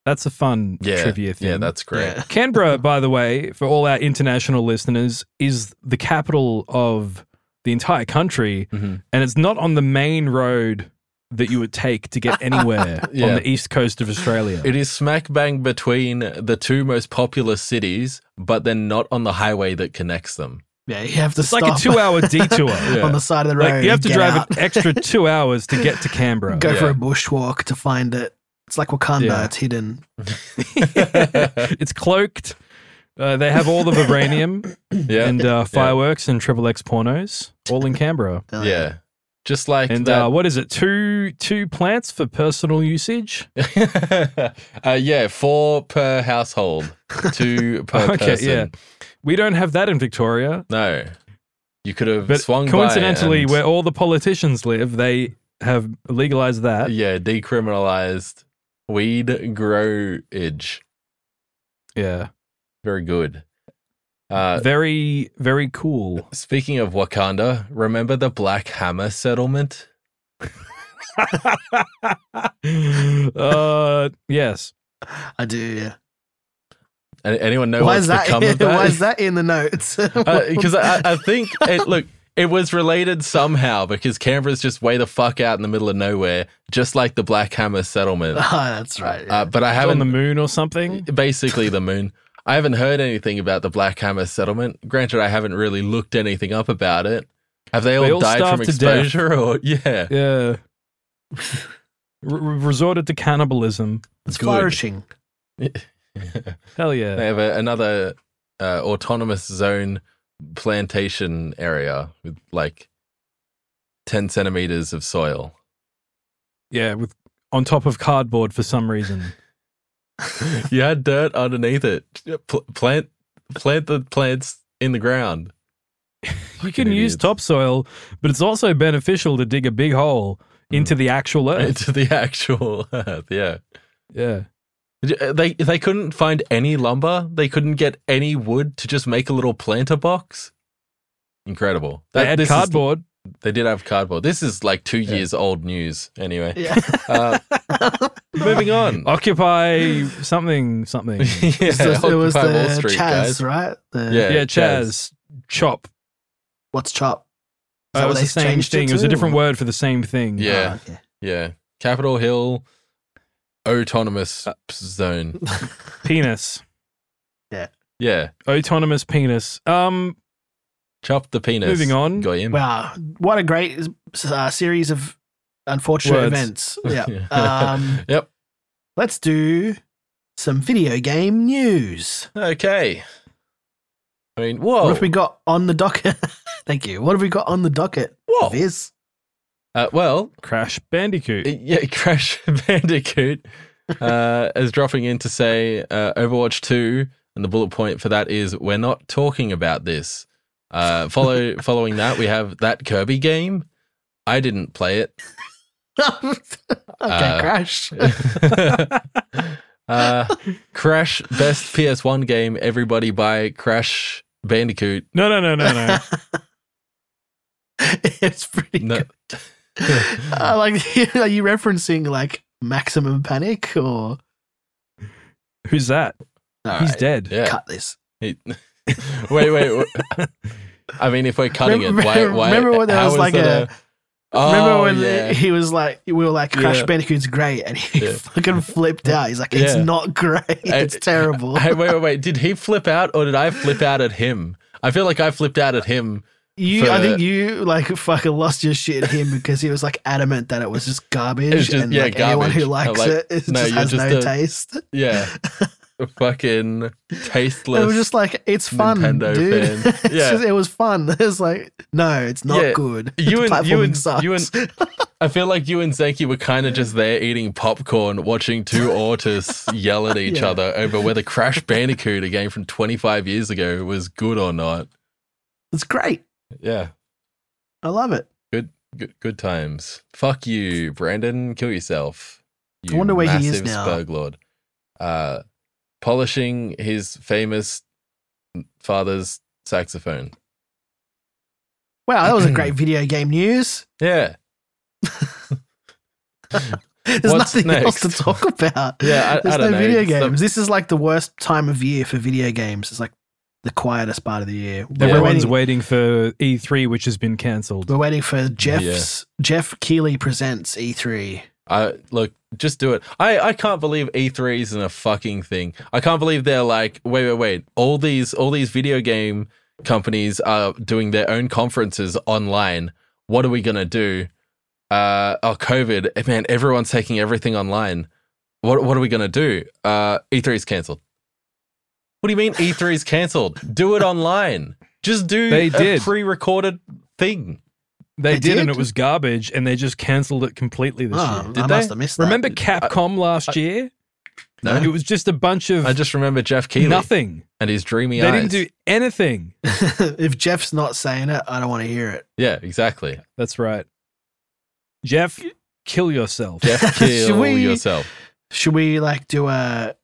That's a fun Yeah. trivia thing. Yeah, that's great. Yeah. Canberra, by the way, for all our international listeners, is the capital of the entire country, Mhm. and it's not on the main road that you would take to get anywhere on Yeah. the east coast of Australia. It is smack bang between the two most popular cities, but then not on the highway that connects them. Yeah, you have to It's stop like a two-hour detour. Yeah. on the side of the road. Like you have to get drive out, an extra two hours to get to Canberra. go Yeah. for a bushwalk to find it. It's like Wakanda. Yeah. It's hidden. it's cloaked. Uh, they have all the vibranium yeah. and uh, fireworks and triple X pornos all in Canberra. Uh, yeah. Just like And that. uh, what is it? Two two plants for personal usage. uh, yeah, four per household, two per Okay, person. yeah. We don't have that in Victoria, No, you could have but swung by coincidentally, and- where all the politicians live, they have legalized that. yeah decriminalized weed growage. Yeah, Very good. Uh, very very cool. speaking of Wakanda, remember the Black Hammer settlement? uh, yes. I do. Yeah. A- anyone know why what's is that? become of that? Why is that in the notes? because I, I think it look it was related somehow because Canberra's just way the fuck out in the middle of nowhere, just like the Black Hammer settlement. Ah, that's right. yeah. Uh, but I It's on haven't the moon or something. basically the moon. I haven't heard anything about the Black Hammer settlement. Granted, I haven't really looked anything up about it. Have they all, all died from starved to death. exposure or yeah? Yeah. Re- re- resorted to cannibalism. it's good. flourishing. Hell yeah. They have a, another uh, autonomous zone plantation area with like ten centimeters of soil. Yeah, with on top of cardboard for some reason. you had dirt underneath it. Pl- plant plant the plants in the ground. you can use idiots. topsoil, but it's also beneficial to dig a big hole Hmm. into the actual earth. into the actual earth. Yeah. uh, yeah. They they couldn't find any lumber. They couldn't get any wood to just make a little planter box. Incredible. They That- add this is- cardboard. they did have cardboard. This is like two Yeah. years old news. Anyway, Yeah. uh, moving on. Occupy something, something. yeah, It's the- it was Occupy the Wall Street, Chaz, guys. right? The, Yeah, Yeah, Chaz. Chop. What's Uh, chop? Is That what was they the same changed thing. It was to? a different word for the same thing. Yeah. Ah, okay. Yeah, Capitol Hill autonomous Uh, zone. Penis. Yeah, Autonomous penis. Um, chop the penis. Moving on. Goyim. Wow, what a great uh, series of unfortunate Words. events. Yeah. um, Yep. let's do some video game news. Okay. I mean, whoa. What have we got on the docket? Thank you. What have we got on the docket? Whoa. Viz? Uh, well, Crash Bandicoot. Yeah, Crash Bandicoot uh, is dropping in to say uh, Overwatch 2, and the bullet point for that is we're not talking about this. Uh, follow following that, we have that Kirby game. I didn't play it. okay, Uh, Crash. uh, Crash best PS1 game. Everybody buy Crash Bandicoot. No, no, no, no, no. it's pretty No. good. Uh, like, are you referencing like Maximum Panic or? Who's that? All He's right, dead. Yeah. Cut this. He- wait, wait. wait. I mean, if we're cutting Remember- it, why? why remember when there how was is like that a- Oh, Remember when yeah. he was like, we were like, Crash Yeah. Bandicoot's great, and he Yeah. fucking flipped out. He's like, it's Yeah. not great, it's terrible. Hey, wait, wait, wait. Did he flip out or did I flip out at him? I feel like I flipped out at him. you, I for- think you like fucking lost your shit at him because he was like adamant that it was just garbage, It's just- and yeah, like anyone who garbage. I'm likes like, it, it no, just you're has just no a taste. Yeah. Fucking It was tasteless. just like it's fun, Nintendo dude. fan. It's Yeah. just- it was fun. It's like no, it's not Yeah. good. You the and- you platforming and- sucks. you I feel like you and Zanky were kind of just there eating popcorn, watching two autists yell at each Yeah. other over whether Crash Bandicoot, a game from 25 years ago, was good or not. it's great. Yeah. I love it. Good, good times. Fuck you, Brandon. Kill yourself. You I wonder where he is massive now. Spurg lord. Uh, polishing his famous father's saxophone. Wow, that was a great video game news. Yeah, There's What's nothing else to next? talk about. yeah. I, There's I don't no know. video It's um, the- games. This is like the worst time of year for video games. It's like the quietest part of the year. Yeah. Everyone's waiting, waiting for E3, which has been cancelled. we're waiting for Jeff's Jeff Keeley presents E E3. I look, just do it. I I can't believe E E3 isn't a fucking thing. I can't believe they're like, wait, wait, wait. All these all these video game companies are doing their own conferences online. What are we gonna do? Uh, oh, COVID, Eh, man! Everyone's taking everything online. What what are we gonna do? Uh, E3 is cancelled. What do you mean E3 is cancelled? Do it online. Just do They a did. pre-recorded thing. They, They did, and did? it was garbage, and they just cancelled it completely this Oh, year. Did I they? must have missed that. Remember Capcom last year? No. It was just a bunch of I just remember Jeff Keighley nothing. and his dreamy They eyes. didn't do anything. if Jeff's not saying it, I don't want to hear it. Yeah, exactly. That's right. Jeff, kill yourself. Jeff, Should kill we- yourself. Should we like do a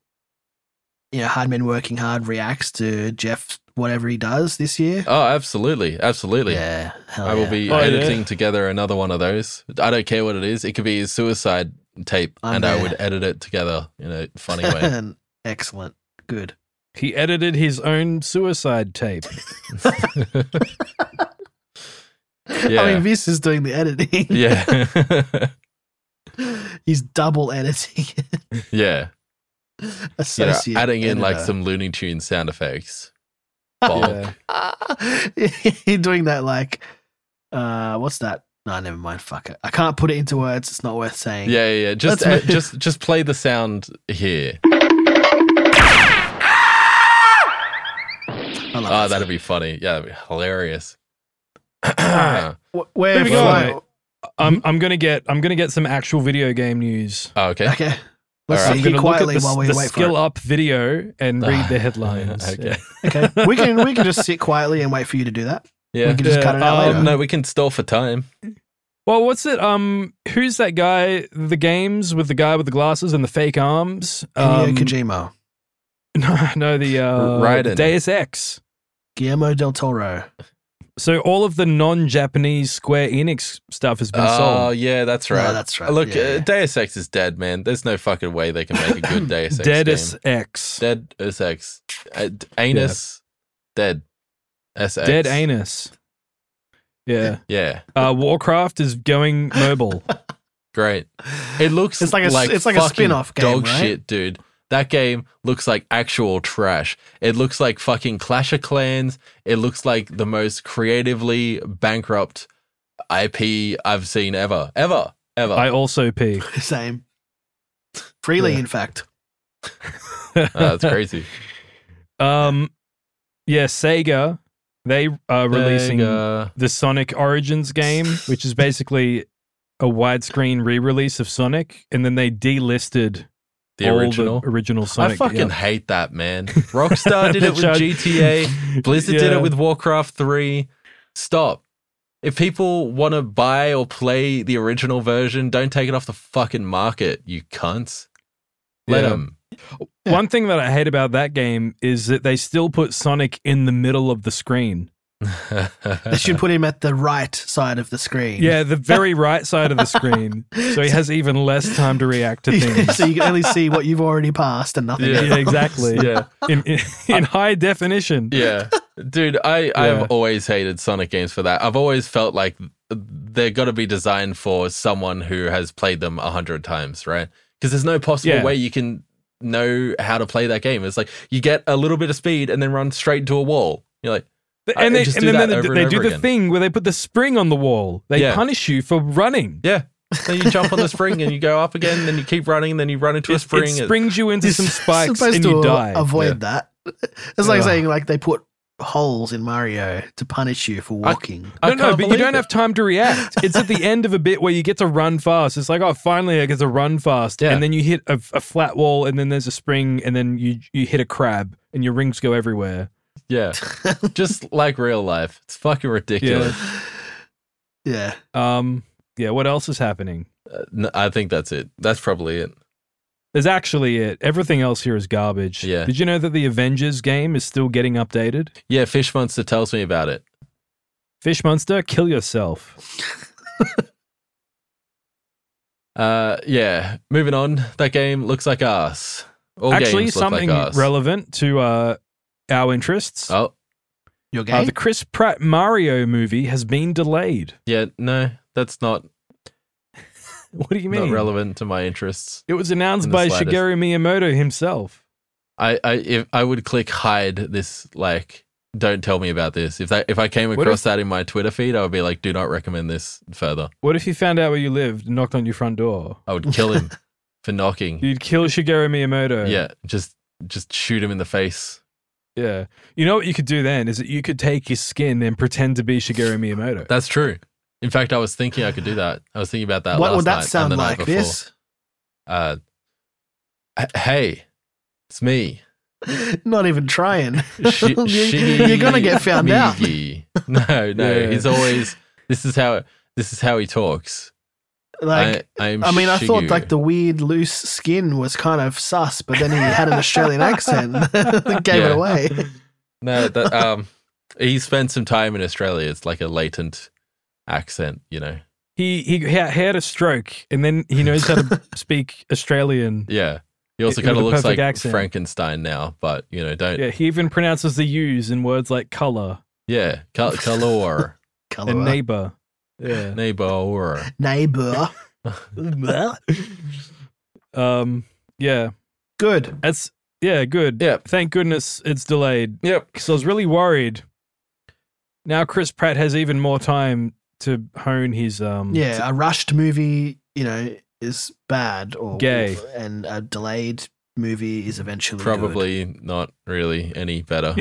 you know, hard men working hard reacts to Jeff whatever he does this year? Oh, absolutely, absolutely. Yeah. Hell I will yeah. be Oh, yeah. editing together another one of those. I don't care what it is. It could be his suicide tape, I'm and I there. would edit it together in a funny way. Excellent. Good. He edited his own suicide tape. Yeah. I mean Vis is doing the editing. yeah, He's double editing. yeah. You know, Associate adding in like editor. some Looney Tunes sound effects. Bulk. Yeah. You're doing that like uh what's that? No, never mind. Fuck it. I can't put it into words. It's not worth saying. Yeah, yeah, yeah. Just, That's uh, me. just, just play the sound here. I love Oh, that. that'd be funny. Yeah, that'd be hilarious. Oh, right. W- Where There we we go? go. I'm I'm gonna get I'm gonna get some actual video game news. Oh, okay. Okay. Let's All right. I'm sit gonna here look at quietly the, while we the wait skill for up video and read the headlines. okay. it. Okay. We can we can just sit quietly and wait for you to do that. Yeah. Oh, We can just Yeah, cut it out um, later. no, we can stall for time. Well, what's it? Um, who's that guy? The games with the guy with the glasses and the fake arms. Hideo Um, Kojima, No, no, the uh, Raiden. Deus Ex. Guillermo del Toro. So all of the non-Japanese Square Enix stuff has been Oh, sold. yeah, that's right. No, Ah, that's right. Look, Yeah, uh, yeah. Deus Ex is dead, man. There's no fucking way they can make a good Deus Ex Deus game. Ex. Dead Deus Ex. Uh, d- anus. Dead. SX. Dead anus. Yeah. Yeah, Uh, Warcraft is going mobile. great. It looks It's like a- it's like a fucking spin-off game, Dog right? shit, dude. That game looks like actual trash. It looks like fucking Clash of Clans. It looks like the most creatively bankrupt IP I've seen ever. Ever. Ever. I also pee. Same. Freely, Yeah. in fact. Oh, that's crazy. Um, yeah, Sega. They are releasing Sega. the Sonic Origins game, which is basically a widescreen re-release of Sonic, and then they delisted the all original. the original Sonic. I fucking yeah. hate that, man. Rockstar did it with Chad- GTA. Blizzard did Yeah. it with Warcraft 3. Stop. If people want to buy or play the original version, don't take it off the fucking market, you cunts. Let Yeah. them. Yeah. One thing that I hate about that game is that they still put Sonic in the middle of the screen. Uh, They should put him at the right side of the screen. Yeah, the very right side of the screen. So he has even less time to react to things. so you can only see what you've already passed and nothing Yeah. Yeah, else. exactly. yeah. In, in, in high definition. Yeah. Dude, I, Yeah. I've always hated Sonic games for that. I've always felt like they're got to be designed for someone who has played them a hundred times, right? Because there's no possible Yeah. way you can know how to play that game. It's like you get a little bit of speed and then run straight into a wall. You're like, I- And, they, just and do then that they, over and they over do the again. thing where they put the spring on the wall. They Yeah. punish you for running. yeah. Then you jump on the spring and you go up again, then you keep running, then you run into a It, spring. it It's- springs you into some It's spikes supposed and to you a- die. Avoid that. It's like Ugh. saying like they put holes in Mario to punish you for walking. I no, no, can't but you believe don't it. have time to react. It's at the end of a bit where you get to run fast. It's like, oh, finally I get to run fast, Yeah. and then you hit a, a flat wall, and then there's a spring, and then you you hit a crab, and your rings go everywhere. Yeah. Just like real life. It's fucking ridiculous. yeah. Um, yeah. What else is happening? Uh, no, I think that's it. That's probably it. There's actually it. Everything else here is garbage. Yeah. Did you know that the Avengers game is still getting updated? Yeah, Fish Monster tells me about it. Fish Monster, kill yourself. Uh, yeah. Moving on. That game looks like ass. All actually, games look something like ass. relevant to uh, our interests. oh, Your game. Uh, the Chris Pratt Mario movie has been delayed. yeah. No, that's not What do you mean? not relevant to my interests. It was announced In the by slightest. Shigeru Miyamoto himself. I I if I would click hide this like don't tell me about this. If that if I came What across if- that in my Twitter feed, I would be like, do not recommend this further. What if you found out where you lived and knocked on your front door? I would kill him for knocking. You'd kill Shigeru Miyamoto. Yeah, just just shoot him in the face. Yeah. You know what you could do then is that you could take his skin and pretend to be Shigeru Miyamoto. That's true. In fact, I was thinking I could do that. I was thinking about that. what last would night that and sound the night like? before. This? Uh, h- hey, it's me. Not even trying. Sh- You're gonna get found out. Shiggy. No, no, Yeah. he's always. This is how this is how he talks. Like, I, I'm I, mean, I thought Shigu. like the weird loose skin was kind of sus, but then he had an Australian accent that gave Yeah. it away. no, that um, he spent some time in Australia. It's like a latent accent, you know. He, he he had a stroke and then he knows how to speak Australian. Yeah, he also With kind a of looks like perfect accent. Frankenstein now, but you know, don't. Yeah, he even pronounces the U's in words like color Yeah, Kal Kalor, Color. and neighbor. Yeah. neighbor. neighbor. Um. Yeah. Good. That's yeah. Good. Yep. Thank goodness it's delayed Yep. because I was really worried. Now Chris Pratt has even more time to hone his um. Yeah, a rushed movie, you know, is bad or Gay. and a delayed movie is eventually good. Probably not really any better.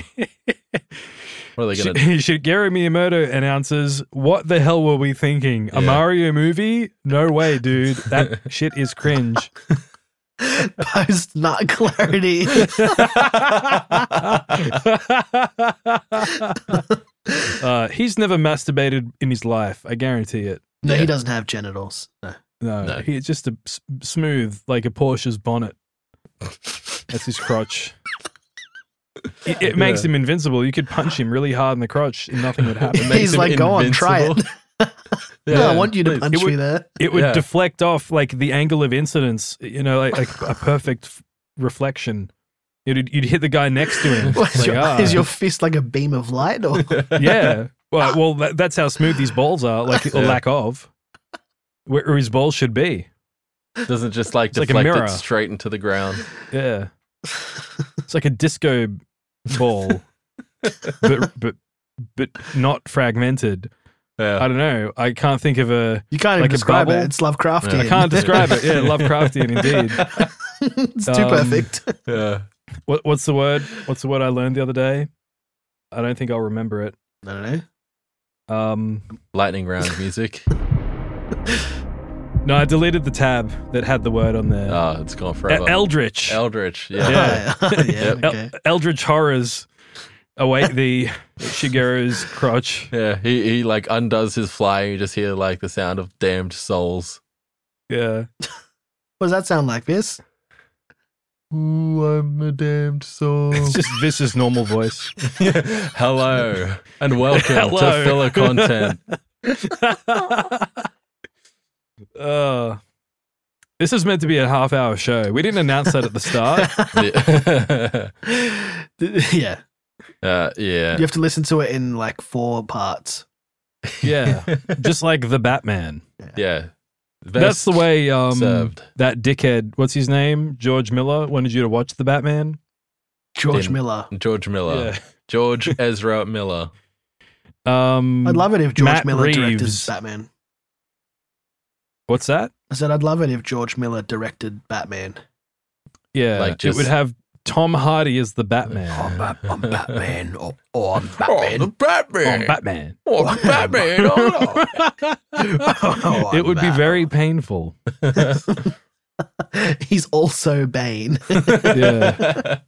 What are they gonna? Shigeru Miyamoto announces, "What the hell were we thinking? A Yeah. Mario movie? No way, dude! That shit is cringe." post nut clarity. uh, he's never masturbated in his life. I guarantee it. No, Yeah. he doesn't have genitals. No. No, No. he's just a s- smooth like a Porsche's bonnet. That's his crotch. It, it makes him invincible. You could punch him really hard in the crotch and nothing would happen. makes He's him like, go on, try it. invincible. no, I want you to please. punch It would- me there. It would Yeah. deflect off like the angle of incidence, you know, like, like a perfect f- reflection. You'd, you'd hit the guy next to him. What, is, Like, your, ah. is your fist like a beam of light? Or yeah. Well, well that, that's how smooth these balls are, like or Yeah. lack of, where or his balls should be. Doesn't just like It's like a deflect mirror. it straight into the ground. Yeah. It's like a disco ball, but, but but not fragmented. I Yeah. don't know. I can't think of a. you can't even Like a describe it. bubble? It's Lovecraftian. Yeah. I can't describe it. Yeah, Lovecraftian indeed. it's too Um, perfect. yeah. What what's the word? What's the word I learned the other day? I don't think I'll remember it. I don't know. Um, Lightning round music. no, I deleted the tab that had the word on there. Ah, it's gone E- forever. Eldritch. Eldritch. Yeah. Yeah. yeah, Yep. El- okay. Eldritch horrors await the Shigeru's crotch. Yeah, he, he like undoes his fly and you just hear like the sound of damned souls. Yeah. What does that sound like, this? Ooh, I'm a damned soul. It's just this is normal voice. Hello and welcome Hello. to filler content. uh, this is meant to be a half hour show. We didn't announce that at the yeah. start. yeah. Uh, You yeah. have to listen to it in like four parts. Yeah. Just like the Batman. Yeah. That's the way um, served. that dickhead, what's his name? George Miller wanted you to watch the Batman. George Didn't- Miller. George Miller. Yeah. George Ezra Miller. Um, I'd love it if George Matt Miller directed Reeves. Batman. What's that? I said I'd love it if George Miller directed Batman. Yeah. Like, it would just- have Tom Hardy as the Batman. I'm, Bat- I'm Batman. Or, or I'm Oh, the Batman. Batman. Oh, Batman. Oh, the Batman. Oh, no. Oh, it would be Batman. very painful. He's also Bane. Yeah.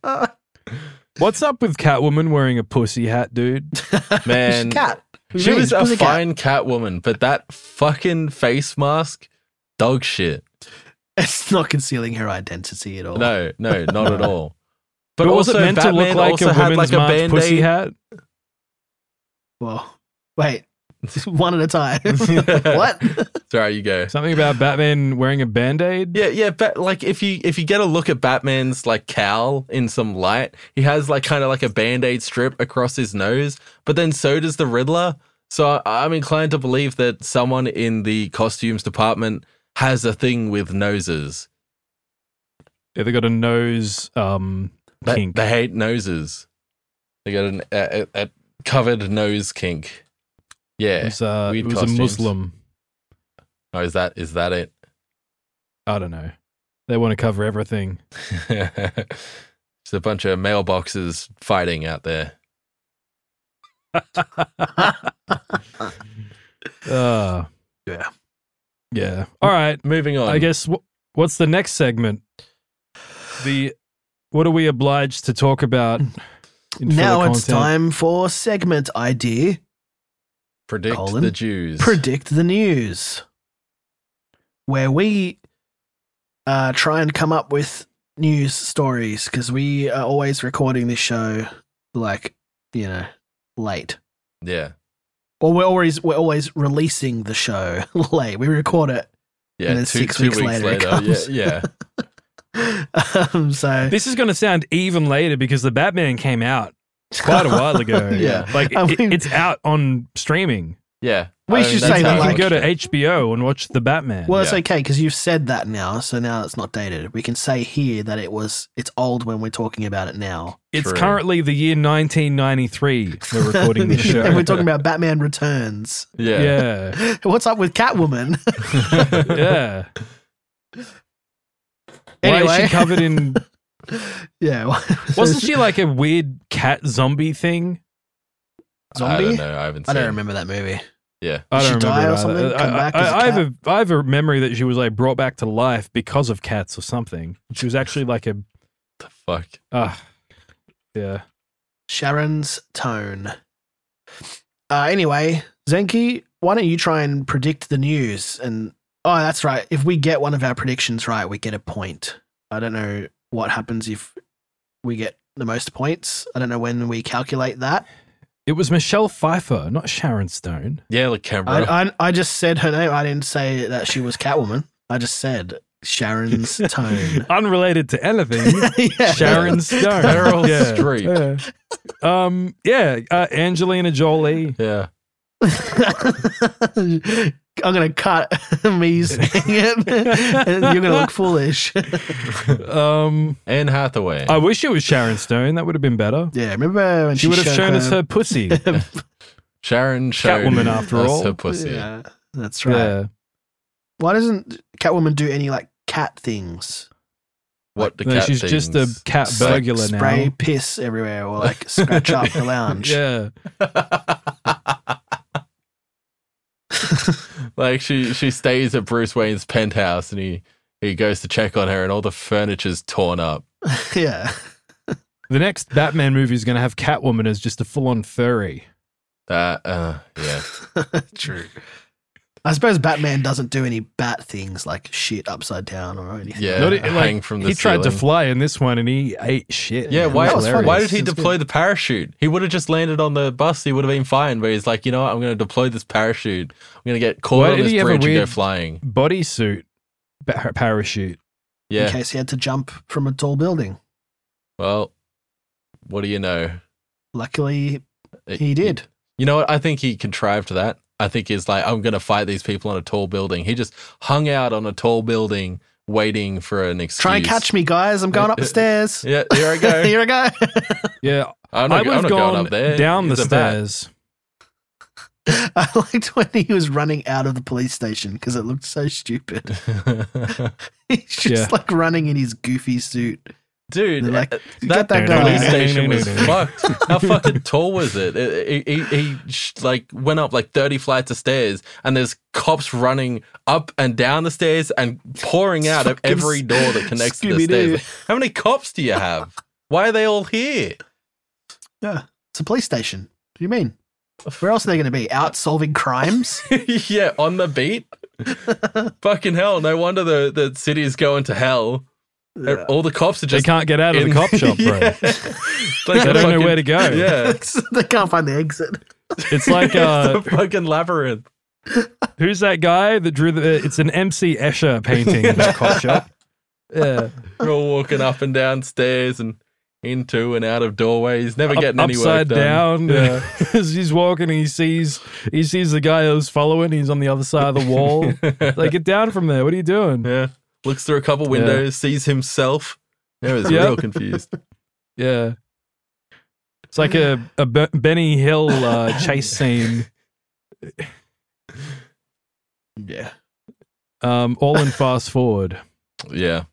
What's up with Catwoman wearing a pussy hat, dude? Man, cat. she was a Pussycat. fine cat woman, but that fucking face mask, dog shit. It's not concealing her identity at all. No, no, not at all. But, was it also meant Batman to look like also a had like women's a March Band-Aid. pussy hat? Well, wait. One at a time. what? Sorry, you go. Something about Batman wearing a band-aid? Yeah, yeah, but like if you if you get a look at Batman's like cowl in some light, he has like kind of like a band-aid strip across his nose, but then so does the Riddler. So I- I'm inclined to believe that someone in the costumes department has a thing with noses. Yeah, they got a nose um They, kink. they hate noses. They got an a, a, a covered nose kink. It Yeah. was, uh, weird it was a costumes. Muslim. Oh, is that is that it? I don't know. They want to cover everything. Just a bunch of mailboxes fighting out there. Uh, Yeah. Yeah. All right. Moving on. I guess wh- what's the next segment? The what are we obliged to talk about? in now filler it's content? time for segment idea. predict Colin, the Jews. Predict the news, where we uh, try and come up with news stories because we are always recording this show like you know late, yeah. or we're always we're always releasing the show late. We record it. Yeah. And then two, six two weeks weeks later it comes. Yeah. yeah. um, so This is going to sound even later because the Batman came out quite a while ago. Yeah. Like I it- mean- it's out on streaming. Yeah. We should that's say how that, I you like- can go watched to it. HBO and watch the Batman. Well, it's Yeah. okay because you've said that now, so now it's not dated. We can say here that it was it's old when we're talking about it now. it's True. currently the year 1993. We're recording this show. and we're talking about Batman Returns. Yeah. yeah. What's up with Catwoman? yeah. Why is Anyway. she covered in? yeah, well, so Wasn't she like a weird cat zombie thing? I don't Zombie? know. I haven't I seen. don't remember that movie. Yeah. I Did don't she remember. die or either. something? Come I, back as I- a I cat? have a I have a memory that she was like brought back to life because of cats or something. She was actually like a The fuck. uh, yeah. Sharon's Tone. Uh, anyway, Zenki, why don't you try and predict the news? And oh, that's right. If we get one of our predictions right, we get a point. I don't know what happens if we get the most points. I don't know when we calculate that. It was Michelle Pfeiffer, not Sharon Stone. Yeah. Like camera. I, I I just said her name. I didn't say that she was Catwoman. I just said Sharon's Tone. Unrelated to anything. yeah. Sharon Stone. Meryl yeah. Streep. Yeah. Um yeah, uh, Angelina Jolie. yeah. I'm gonna cut me saying it, and you're gonna look foolish. Um Anne Hathaway. I wish it was Sharon Stone. That would have been better. Yeah, remember when she, She would have shown us her pussy. Sharon showed Catwoman after us all. her pussy. Yeah, that's right. Yeah. Why doesn't Catwoman do any like cat things? What the No, cat she's just a things. cat Sex burglar now. Spray piss everywhere, or like scratch up the lounge. Yeah. like she she stays at Bruce Wayne's penthouse and he he goes to check on her and all the furniture's torn up. yeah. The next Batman movie is going to have Catwoman as just a full-on furry. That uh yeah. True. I suppose Batman doesn't do any bat things like shit upside down or anything. Yeah. Not it- like, hang from the he tried to ceiling. fly in this one and he ate shit. Yeah, It was why, that was hilarious. why did he That's deploy good. the parachute? He would have just landed on the bus. He would have been fine. But he's like, you know what? I'm going to deploy this parachute. I'm going to get caught Why on did this he have a bridge and go weird- flying. bodysuit ba- parachute? Yeah. In case he had to jump from a tall building. Well, what do you know? Luckily, It- he did. You know what? I think he contrived that. I think he's like, I'm going to fight these people on a tall building. He just hung out on a tall building waiting for an excuse. Try and catch me, guys. I'm going up the stairs. Yeah, Uh, here I go. Here I go. Yeah, I'm I not, would I'm have not gone going up there. down the He's a bat. stairs. I liked when he was running out of the police station because it looked so stupid. He's just Yeah. like running in his goofy suit. Dude, They're like, uh, "Get that guy." police station was No, no, fucked. How fucking tall was it? It- He, he, he sh- like went up like 30 flights of stairs and there's cops running up and down the stairs and pouring out of Fucking every door that connects to the Scooby-Doo. stairs. How many cops do you have? Why are they all here? Yeah, it's a police station. What do you mean? Where else are they going to be? Out solving crimes? yeah, on the beat. Fucking hell! No wonder the the city's going to hell. Uh, Yeah. All the cops are They just can't get out of the in- cop shop, bro. Yeah. Like They a don't know fucking- where to go. Yeah, they can't find the exit. It's like uh, it's a fucking labyrinth. who's that guy that drew the? uh, It's an MC Escher painting in that cop shop. Yeah, We're all walking up and down stairs and into and out of doorways, never Up- getting any upside work done. down. Yeah. he's walking, and he sees he sees the guy who's following. He's on the other side of the wall. like, get down from there. What are you doing? yeah, looks through a couple windows, sees himself. I was Yeah. real confused. Yeah. It's like a, a Be- Benny Hill uh, chase scene, Yeah. um, all in fast forward. Yeah.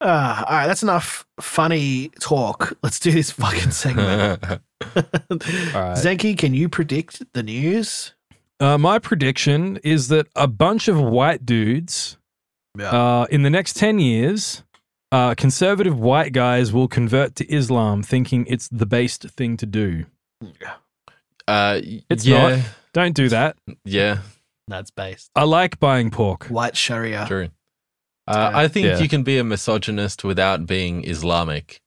Uh, all right, that's enough funny talk. Let's do this fucking segment. Uh, Zenki, can you predict the news? Uh, my prediction is that a bunch of white dudes Yeah. uh, in the next 10 years, uh, conservative white guys will convert to Islam thinking it's the based thing to do. uh, It's yeah, Don't do that. Yeah. That's based. I like buying pork. White Sharia. True. Uh, I think Yeah. you can be a misogynist without being Islamic.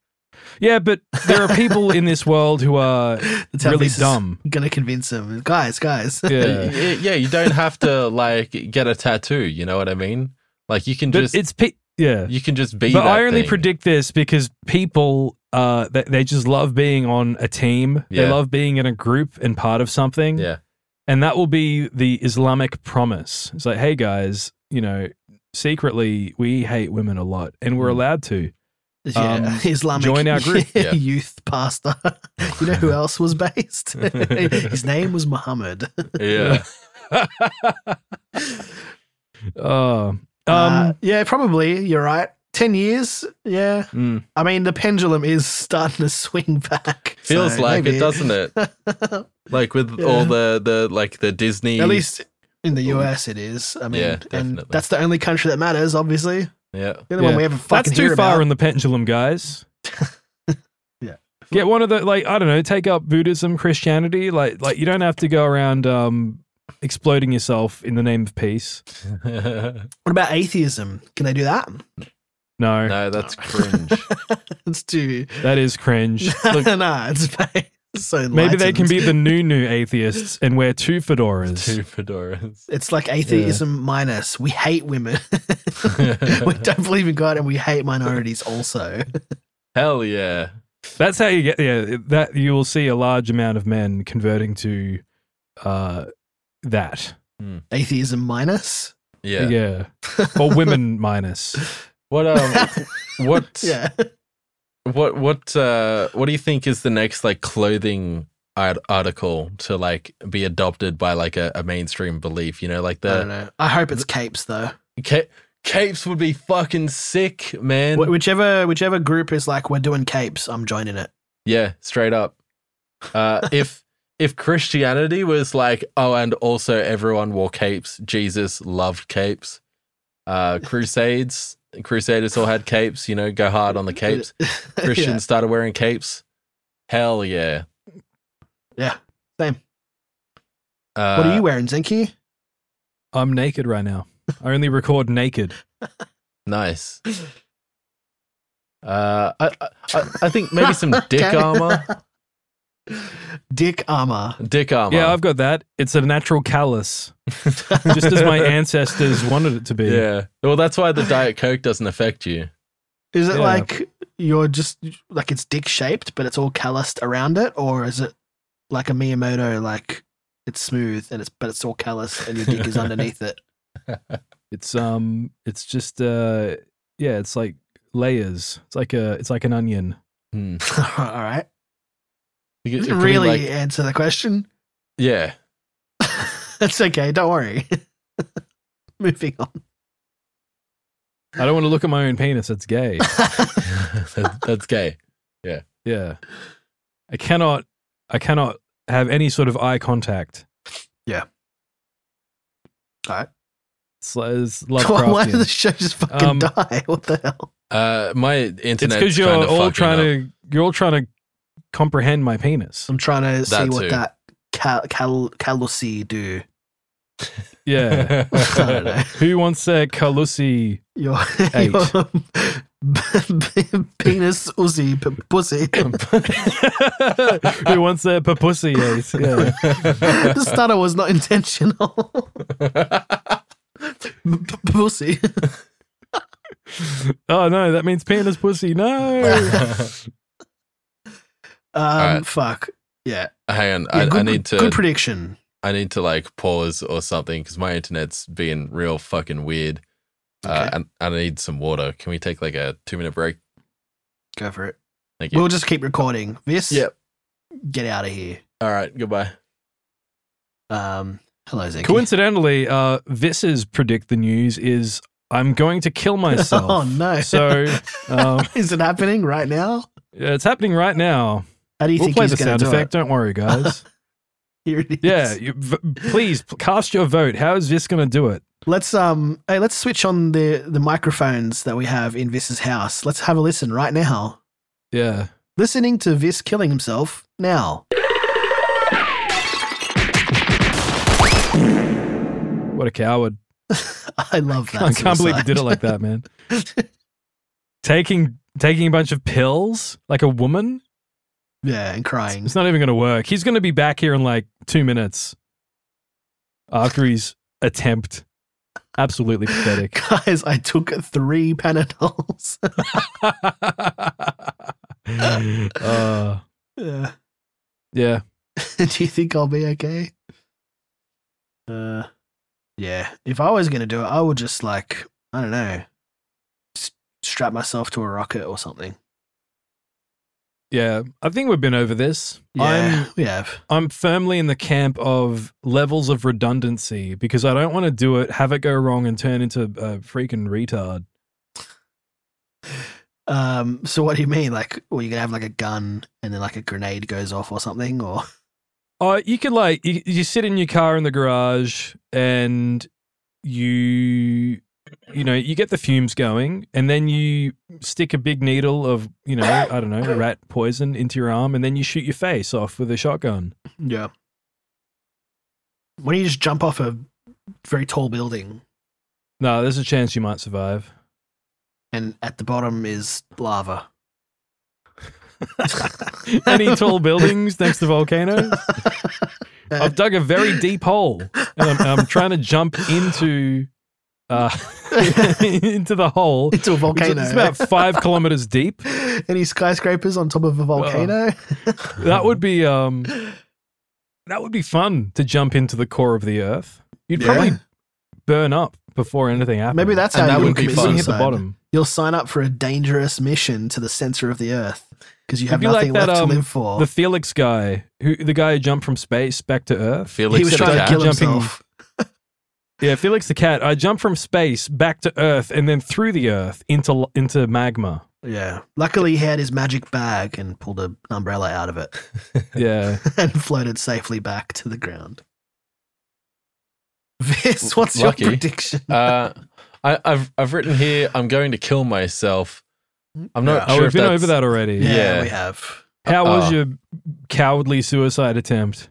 Yeah, but there are people in this world who are That's how really this is dumb. Gonna convince him, guys, guys. Uh, Y- Yeah. y- yeah, you don't have to like get a tattoo. You know what I mean? Like you can But just it's pe- yeah. you can just be. But that I only thing. predict this because people uh they, they just love being on a team. They Yeah. love being in a group and part of something. Yeah. And that will be the Islamic promise. It's like, hey guys, you know, secretly we hate women a lot and we're Mm. allowed to. yeah. Um, Islamic join our group. Yeah. youth pastor. you know who else was based? His name was Muhammad. Yeah. Uh, um Uh, yeah, probably. You're right. 10 years. Yeah. mm. I mean, the pendulum is starting to swing back. Feels so like maybe. it, doesn't it? At Like with Yeah. all the the like the Disney. least in the US, it is. I mean, Yeah, and definitely. that's the only country that matters, obviously. Yeah. The only one Yeah. we ever fucking that's too hear far about. in the pendulum, guys. Yeah. Get one of the like I don't know, take up Buddhism, Christianity, like like you don't have to go around um exploding yourself in the name of peace. what about atheism? Can they do that? No. no, that's cringe. It's too. That is cringe. Look, nah, it's ba- so. maybe they can enlightened. be the new new atheists and wear two fedoras. Two fedoras. It's like atheism minus. We hate women. we don't believe in God, and we hate minorities also. Hell yeah. That's how you get yeah, that you will see a large amount of men converting to uh that. Atheism minus. Yeah. Yeah. Or women minus. What um what Yeah. what what uh what do you think is the next like clothing art- article to like be adopted by like a, a mainstream belief, you know, like I don't the know. I hope it's capes though. ca- capes would be fucking sick, man. Wh- whichever whichever group is like we're doing capes, I'm joining it. Yeah, straight up. Uh, if if Christianity was like, oh, and also everyone wore capes. Jesus loved capes. Uh, crusades, crusaders all had capes. You know, go hard on the capes. Christians started wearing capes. Hell yeah. Yeah, same. Uh, what are you wearing, Zinky? I'm naked right now. I only record naked. Nice. Uh, I, I I- I think maybe some dick Okay. armor. Dick armor. Dick armor. Yeah, I've got that. It's a natural callus. Just as my ancestors wanted it to be. yeah. Well, that's why the diet coke doesn't affect you. Is it Yeah. like you're just like it's dick shaped, but it's all calloused around it, or is it like a Miyamoto, like it's smooth and it's but it's all callous and your dick is underneath it? It's um it's just uh yeah, it's like layers. It's like a it's like an onion. Hmm. all right, You You could- didn't it could be really like- answer the question. yeah. That's okay. Don't worry. Moving on. I don't want to look at my own penis. It's gay. That- that's gay. Yeah. I cannot I cannot have any sort of eye contact. Yeah. Alright. It's, li- it's Why, why did the Lovecraftian. show just fucking Um, die? What the hell? Uh, my internet. It's because you're all trying to you're all trying to comprehend my penis. I'm trying to see That what too. that cal- cal- callousy do. Yeah. I don't know. Who wants a Kalusi? Your, Eight. your penis Uzi p- pussy. Who wants a papussy? Ace? Yeah. the stutter was not intentional. P- p- pussy. Oh no, that means penis pussy. No. Um, Alright. Fuck. Yeah. Hang on, Yeah, I, good, I need Good to. prediction. I need to like pause or something because my internet's being real fucking weird. Uh, Okay. and I need some water. Can we take like a two minute break? Go for it. Thank you. We'll just keep recording. This. Yep. get out of here. All right, goodbye. Um, hello, Zeke. Coincidentally, uh, Vis's predict the news is I'm going to kill myself. Oh no! So um, is it happening right now? yeah, it's happening right now. How do you We'll think play he's the going sound to do effect. it? Don't worry, guys. Here it is. yeah, you, v- please p- cast your vote. How is Vis going to do it? Let's um. Hey, let's switch on the the microphones that we have in Vis's house. Let's have a listen right now. Yeah. Listening to Vis killing himself now. What a coward. I love that. I can't believe you did it like that, man. taking taking a bunch of pills like a woman. yeah, and crying. It's not even going to work. He's going to be back here in like two minutes after his attempt. Absolutely pathetic. Guys, I took three Panadols. Uh, Yeah. yeah. do you think I'll be okay? Uh, yeah. If I was gonna do it, I would just like I don't know, s- strap myself to a rocket or something. Yeah, I think we've been over this. Yeah, I'm we have. I'm firmly in the camp of levels of redundancy because I don't want to do it, have it go wrong, and turn into a freaking retard. Um. So what do you mean? Like, well, you gonna have like a gun and then like a grenade goes off or something, or Oh, you could like you, you sit in your car in the garage and you you know you get the fumes going and then you stick a big needle of you know i don't know rat poison into your arm and then you shoot your face off with a shotgun yeah. Why don't you just jump off a very tall building no there's a chance you might survive and at the bottom is lava? any tall buildings next to volcanoes I've dug a very deep hole, and I'm, I'm trying to jump into uh, into the hole. It's, into a volcano. it's about five kilometers deep. Any skyscrapers on top of a volcano? That would be um, that would be fun to jump into the core of the Earth. You'd probably burn up before anything happens. Maybe that's And how that you would be commit fun. you hit the suicide. bottom. You'll sign up for a dangerous mission to the center of the earth because you It'd have be like nothing that, left um, to live for. The Felix guy, who the guy who jumped from space back to Earth. Felix he was the trying to cat. kill jumping- himself. Yeah, Felix the cat. I jumped from space back to Earth and then through the Earth into into magma. Yeah. Luckily, he had his magic bag and pulled an umbrella out of it Yeah. and floated safely back to the ground. This, what's Lucky. your prediction? Uh, I, I've I've written here. I'm going to kill myself. I'm not Oh, sure we've if been that's over that already. yeah, yeah. we have. How was Uh, your cowardly suicide attempt?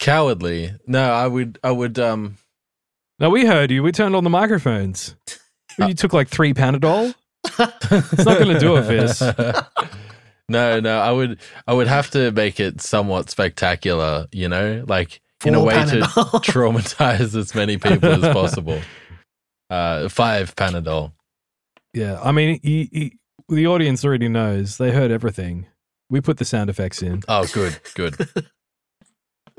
cowardly. No, I would I would um No, we heard you. We turned on the microphones. You took like three Panadol. It's not gonna do it, Viz. no, no, I would I would have to make it somewhat spectacular, you know? Like in a Four way to Panadol. traumatize as many people as possible. Uh five Panadol. Yeah, I mean, he, he, the audience already knows. They heard everything. We put the sound effects in. Oh, good, good.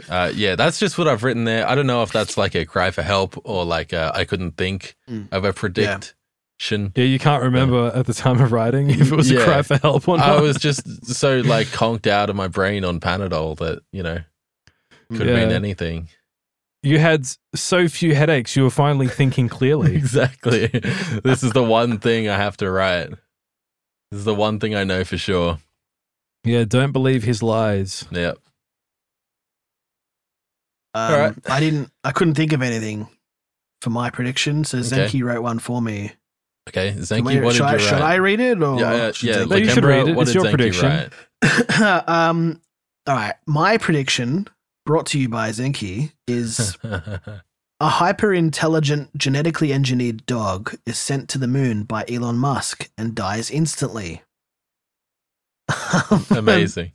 Uh, yeah, that's just what I've written there. I don't know if that's like a cry for help or like uh, I I couldn't think Mm. of a prediction. Yeah, you can't remember at the time of writing if it was Yeah. a cry for help or not. I was just so like conked out of my brain on Panadol that you know could have Yeah. been anything. you had s- so few headaches. You were finally thinking clearly. Exactly. this is the one thing I have to write. This is the one thing I know for sure. yeah, don't believe his lies. Yep. Um, All right. I didn't. I couldn't think of anything for my prediction, so Okay. Zenki wrote one for me. Okay. Am Thank I- you. What did should, you I, should I write? read it? Or yeah, yeah, should yeah. Zenki No, you like, should Ember, read it. What It's did your Zenki prediction. write? um, all right. My prediction, brought to you by Zenki, is a hyper intelligent, genetically engineered dog is sent to the moon by Elon Musk and dies instantly. Um, Amazing.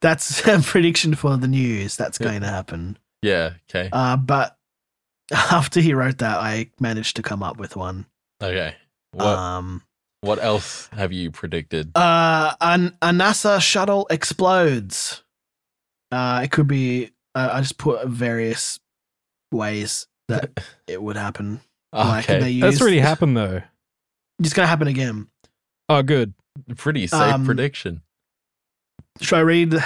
That's a prediction for the news. That's Yeah. going to happen. Yeah. Okay. Uh, but after he wrote that, I managed to come up with one. Okay. What Um, What else have you predicted? Uh, an, a NASA shuttle explodes. Uh, it could be. Uh, I just put various ways that it would happen. Like, okay. they use, That's already happened though. It's going to happen again. Oh, good. Pretty safe um, prediction. Should I read the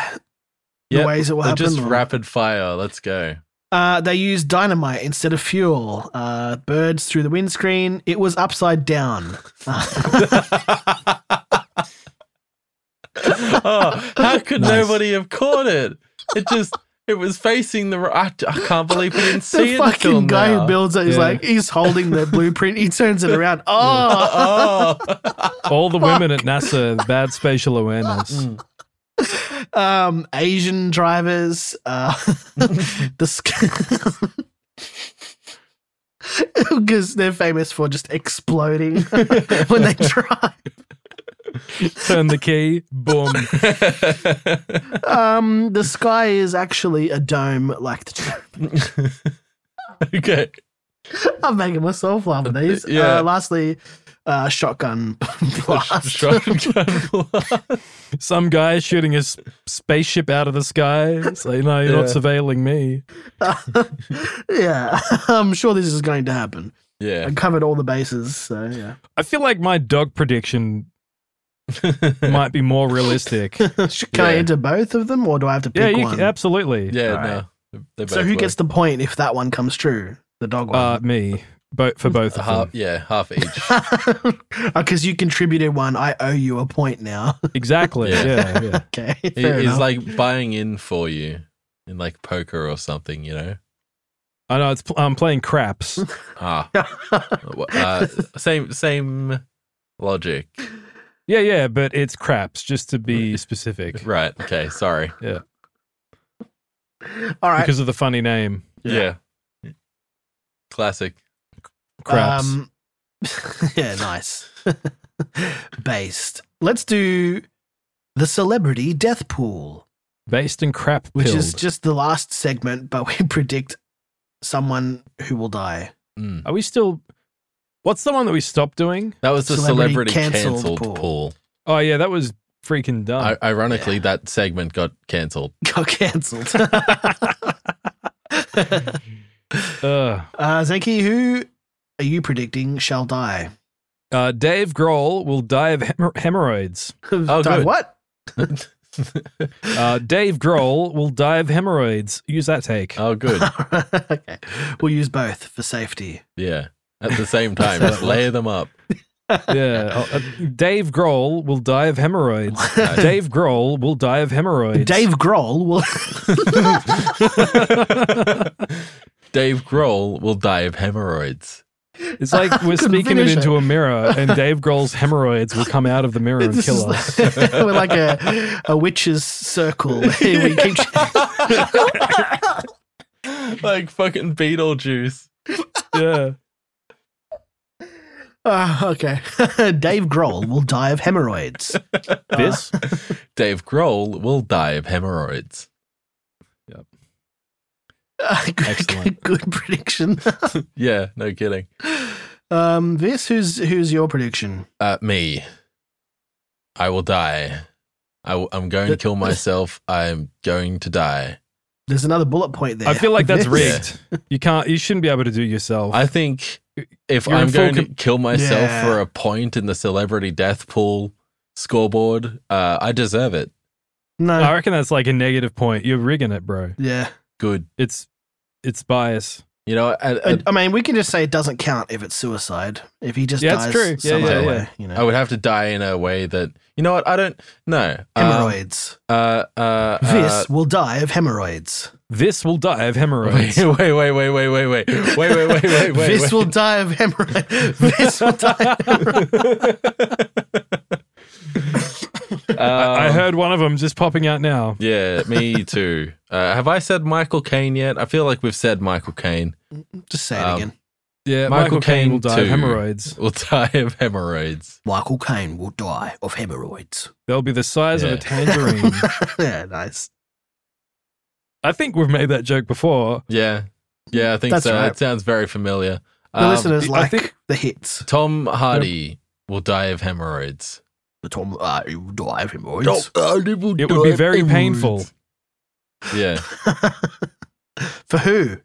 Yep, ways it will They're happen. just or- rapid fire. Let's go. Uh, they used dynamite instead of fuel. Uh, birds through the windscreen. It was upside down. oh, how could Nice. nobody have caught it? It just it was facing the. ri- I, I can't believe we didn't see the it until fucking guy now. who builds it is Yeah. like he's holding the blueprint. He turns it around. Oh, Oh, All the women at NASA, bad spatial awareness. Mm. um, Asian drivers. Uh, the because they're famous for just exploding when they drive. Turn the key, boom. Um, the sky is actually a dome, like the. okay. I'm making myself laugh with these. Yeah. Uh, lastly, uh, shotgun blast. Shotgun blast. Some guy shooting his s- spaceship out of the sky. It's like, no, you're not Yeah. surveilling me. yeah, I'm sure this is going to happen. Yeah. I covered all the bases, so yeah. I feel like my dog prediction might be more realistic. Should- Can I Yeah. enter both of them, or do I have to yeah, pick you, one? c- absolutely. yeah. All right. No. They so both who work. gets the point if that one comes true? The dog Uh, one. me, both for both A of half? them. Yeah, half each. Because Oh, you contributed one, I owe you a point now. Exactly. Yeah. yeah, yeah. okay, He fair is enough. like buying in for you in like poker or something, you know? I know. It's pl- I'm playing craps. Ah, uh, same same logic. Yeah, yeah, but it's craps. Just to be specific, Right. Okay. Sorry. all right. because of the funny name, Yeah. Classic. craps. Um, yeah, nice. Based. Let's do the celebrity death pool. based in crap, which is just the last segment, but we predict someone who will die. Mm. Are we still? What's the one that we stopped doing? That was the celebrity, Celebrity cancelled cancelled pool. pool. Oh, Oh yeah, that was freaking dumb. I- ironically, that segment got cancelled. Got cancelled. Ugh. uh, Zenki, who are you predicting shall die? Uh, Dave Grohl will die of hem- hemorrhoids. Oh, die good. what? Uh, Dave Grohl will die of hemorrhoids. Use that take. Oh, good. okay. We'll use both for safety. Yeah. At the same time, just layer them up. yeah. Oh, uh, Dave Grohl will die of hemorrhoids. Nice. Dave Grohl will die of hemorrhoids. Dave Grohl will. Dave Grohl will die of hemorrhoids. It's like we're Couldn't speaking it finish into a mirror, and Dave Grohl's hemorrhoids will come out of the mirror and This is kill like, us. we're like a, a witch's circle. we keep Like fucking Beetlejuice. yeah. Ah, okay. Dave Grohl will die of hemorrhoids. This? Dave Grohl will die of hemorrhoids. Uh, good, Excellent. good prediction. Yeah, no kidding. um, this who's who's your prediction? Uh, me. I will die. I w- I'm going to kill myself. I'm going to die. There's another bullet point there. I feel like that's This- rigged. You can't. You shouldn't be able to do yourself. I think if You're in I'm full going com- to kill myself Yeah. for a point in the celebrity death pool scoreboard, uh, I deserve it. No. I reckon that's like a negative point. You're rigging it, bro. Yeah. Good. It's it's bias. You know, and- I, and I mean, we can just say it doesn't count if it's suicide. If he just Yeah, it's dies true. Yeah, some yeah, other yeah. way, you know, I would have to die in a way that you know what I don't know. hemorrhoids. Uh, uh, uh, this will die of hemorrhoids. This will die of hemorrhoids. Wait, wait, wait, wait, wait, wait, wait, wait, wait, wait, wait, wait. this wait. will die of hemorrhoids. this will die. Of hemorrhoids. I, I Um, heard one of them just popping out now. Yeah, me too. Uh, have I said Michael Caine yet? I feel like we've said Michael Caine Just say it Um, again. Yeah, Michael Michael Caine Caine will die of too. hemorrhoids. will die of hemorrhoids. Michael Caine will die of hemorrhoids. They'll be the size of Yeah. a tangerine. yeah, nice. I think we've made that joke before. Yeah, yeah, I think That's so. right. It sounds very familiar. Um, The listeners I like think- the hits. Tom Hardy will die of hemorrhoids. The Tom, uh, he will die of hemorrhoids. It would be very painful. Yeah, For who?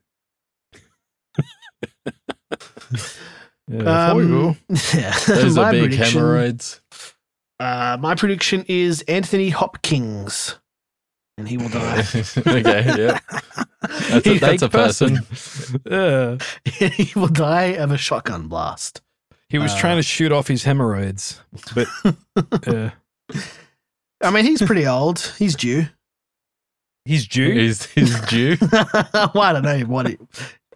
Um, Yeah, for you. yeah. those my are big prediction, hemorrhoids. Uh, my prediction is Anthony Hopkins. and he will die. okay, yeah. That's a, He's that's a like, person. person. Yeah. he will die of a shotgun blast. He was Uh, trying to shoot off his hemorrhoids, but uh, I mean, he's pretty old. He's due. he's Jew. He's, he's Jew. well, I don't know what he,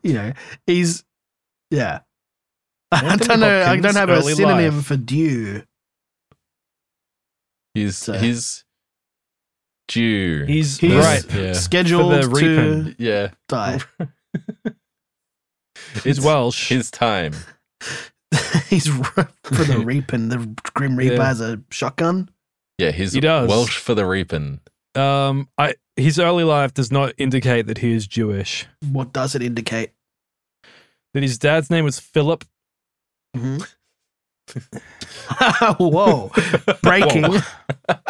you know, he's, yeah. I Anthony don't know. I Hopkins, don't have a early synonym life. for due. He's So- he's Jew. He's, He's- right. Yeah. Scheduled For the to reaping. Yeah. die. He's Welsh. His time. he's r- for the reaping. The Grim Reaper Yeah. has a shotgun. Yeah, he's He does. Welsh for the reaping. um, I his early life does not indicate that he is Jewish. What does it indicate? That his dad's name was Philip. Mm-hmm. Whoa! Breaking.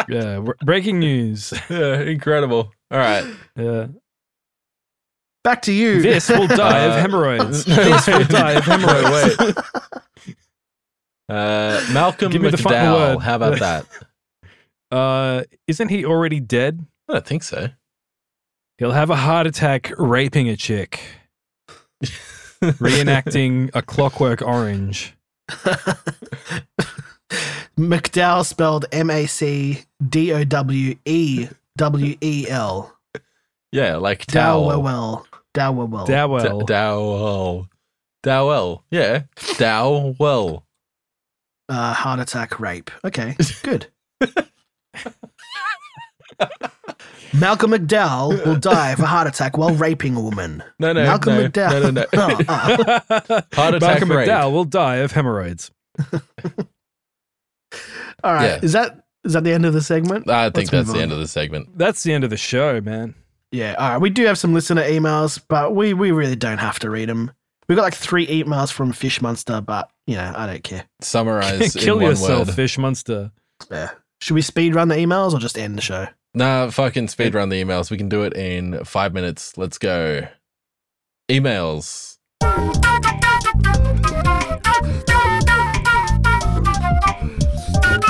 Yeah, we're- breaking news. Yeah, incredible. All right. Yeah. Back to you. This will die of Uh, hemorrhoids. this will die of hemorrhoids. No, wait. Uh, Malcolm Give me the final McDowell. word. How about that? Uh, isn't he already dead? I don't think so. He'll have a heart attack raping a chick, reenacting a clockwork orange. McDowell spelled M A C D O W E W E L. Yeah, like Dowell. Dowell. Dowell. Dowell. D- Dowell. Dowell. Yeah. Dowell. Uh, heart attack rape. Okay, good. Malcolm McDowell will die of a heart attack while raping a woman. No, no, Malcolm no, McDowell. No, no, no. Ah, Heart attack Malcolm rape. McDowell will die of hemorrhoids. ah. All right. Yeah. Is that is that the end of the segment? I think Let's move that's the on. end of the segment. That's the end of the show, man. Yeah. All right. We do have some listener emails, but we we really don't have to read them. We got like three emails from Fish Monster, but you know I don't care. Summarize Kill in one yourself, word. Fish Monster. Yeah. Should we speed run the emails or just end the show? Nah, fucking speed run the emails. We can do it in five minutes. Let's go. Emails.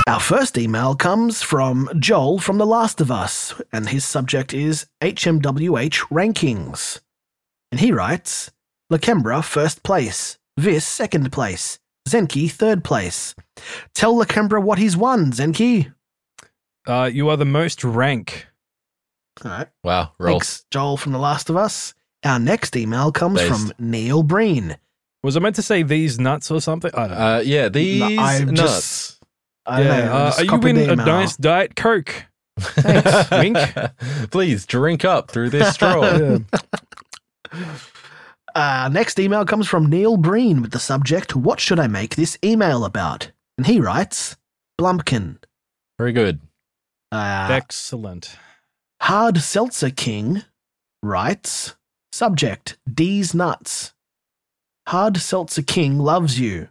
Our first email comes from Joel from The Last of Us, and his subject is HMWH rankings. And he writes Lakembra first place, Vis second place, Zenki third place. Tell Lakembra what he's won, Zenki. Uh, you are the most rank. All right. Wow, roll. Thanks, Joel from The Last of Us. Our next email comes Based. from Neil Breen. Was I meant to say these nuts or something? I don't know. Uh, yeah, these I'm nuts. just- I don't know, I uh, just are you copied the in a email. nice diet Coke? Thanks, wink. Please drink up through this straw. Yeah. Uh, next email comes from Neil Breen with the subject, What should I make this email about? And he writes, Blumpkin. Very good. Uh, Excellent. Hard Seltzer King writes, Subject, D's Nuts. Hard Seltzer King loves you.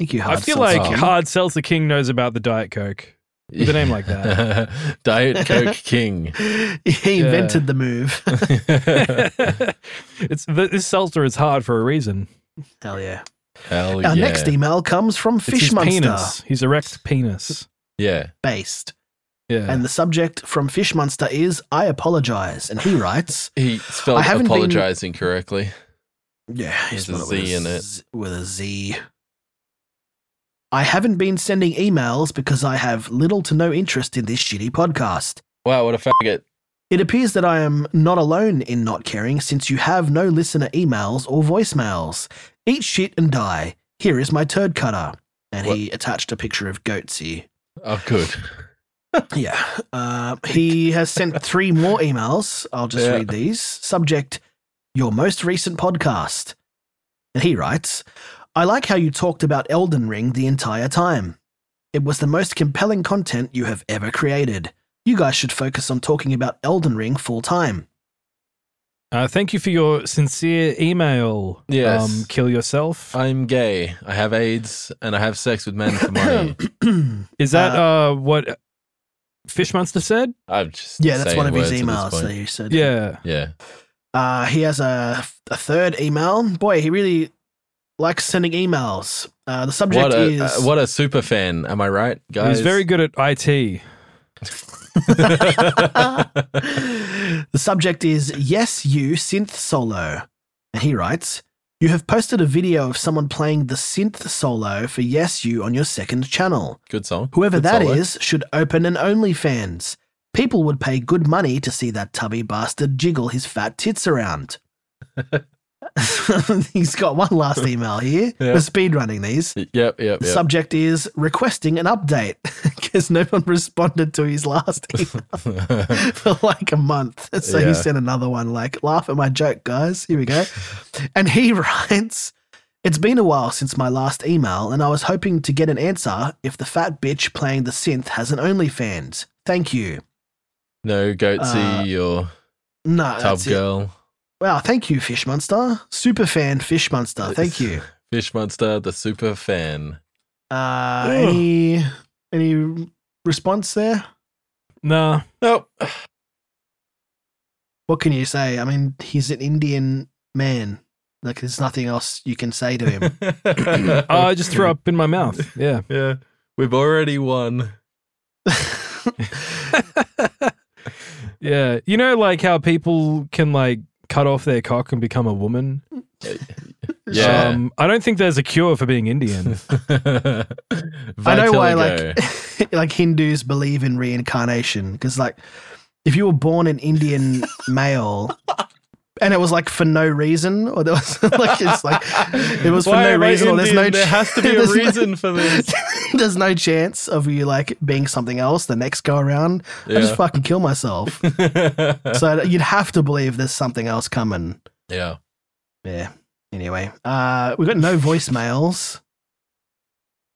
Thank you, I Hard feel Seltzer like King. Hard Seltzer King knows about the Diet Coke. With a name like that. Diet Coke King. he invented the move. it's th- this seltzer is hard for a reason. Hell yeah. Hell yeah. Our next e- email comes from it's Fish his Monster. penis. His erect penis. Yeah. Based. Yeah. And the subject from Fish Monster is, I apologize. And he writes, He spelled I haven't been- apologizing correctly. Yeah, There's spelled a it with Z in it. Z- With a Z. I haven't been sending emails because I have little to no interest in this shitty podcast. Wow, what a faggot. It appears that I am not alone in not caring since you have no listener emails or voicemails. Eat shit and die. Here is my turd cutter. And he attached a picture of Goatsy. Oh, good. Yeah. Uh, he has sent three more emails. I'll just Yeah. read these. Subject Your most recent podcast. And he writes I like how you talked about Elden Ring the entire time. It was the most compelling content you have ever created. You guys should focus on talking about Elden Ring full time. Uh, thank you for your sincere email. um, Yes. Uh, kill yourself. I'm gay. I have AIDS and I have sex with men for money. Is that uh, what Fish Monster said? I'm just yeah, that's saying one of his words at this emails point. that he said. Yeah. Yeah. Uh, he has a, a third email. Boy, he really likes sending emails. Uh, the subject What a is uh, what a super fan. Am I right, guys? He's very good at IT. the subject is Yes You Synth Solo. And he writes You have posted a video of someone playing the synth solo for Yes You on your second channel. Good song. Whoever Good that solo. is should open an OnlyFans. People would pay good money to see that tubby bastard jiggle his fat tits around. He's got one last email here. Yeah. We're speedrunning these. Yep, yep, yep. The subject is requesting an update because no one responded to his last email for like a month. So Yeah. he sent another one like, laugh at my joke, guys. Here we go. and he writes, It's been a while since my last email, and I was hoping to get an answer if the fat bitch playing the synth has an OnlyFans. Thank you. no Uh, goatsy or No, tub that's it. girl, Wow, thank you, Fish Monster. Super fan Fish Monster. Thank you. fish monster, the super fan. Uh, Ugh. any any response there? nah. Nope. What can you say? I mean, he's an Indian man. Like, there's nothing else you can say to him. Oh, I just threw up in my mouth. Yeah. yeah, we've already won. yeah. You know, like how people can like cut off their cock and become a woman? Yeah. Um, I don't think there's a cure for being Indian. I I know why, like, like Hindus believe in reincarnation because, like, if you were born an Indian male and it was like for no reason, or there was like it's like it was for Why no am I reason, or there's no Indian? There ch- has to be a there's no- reason for this. there's no chance of you like being something else the next go around. I just fucking kill myself. so you'd have to believe there's something else coming. yeah. Yeah. Anyway, uh, we've got no voicemails.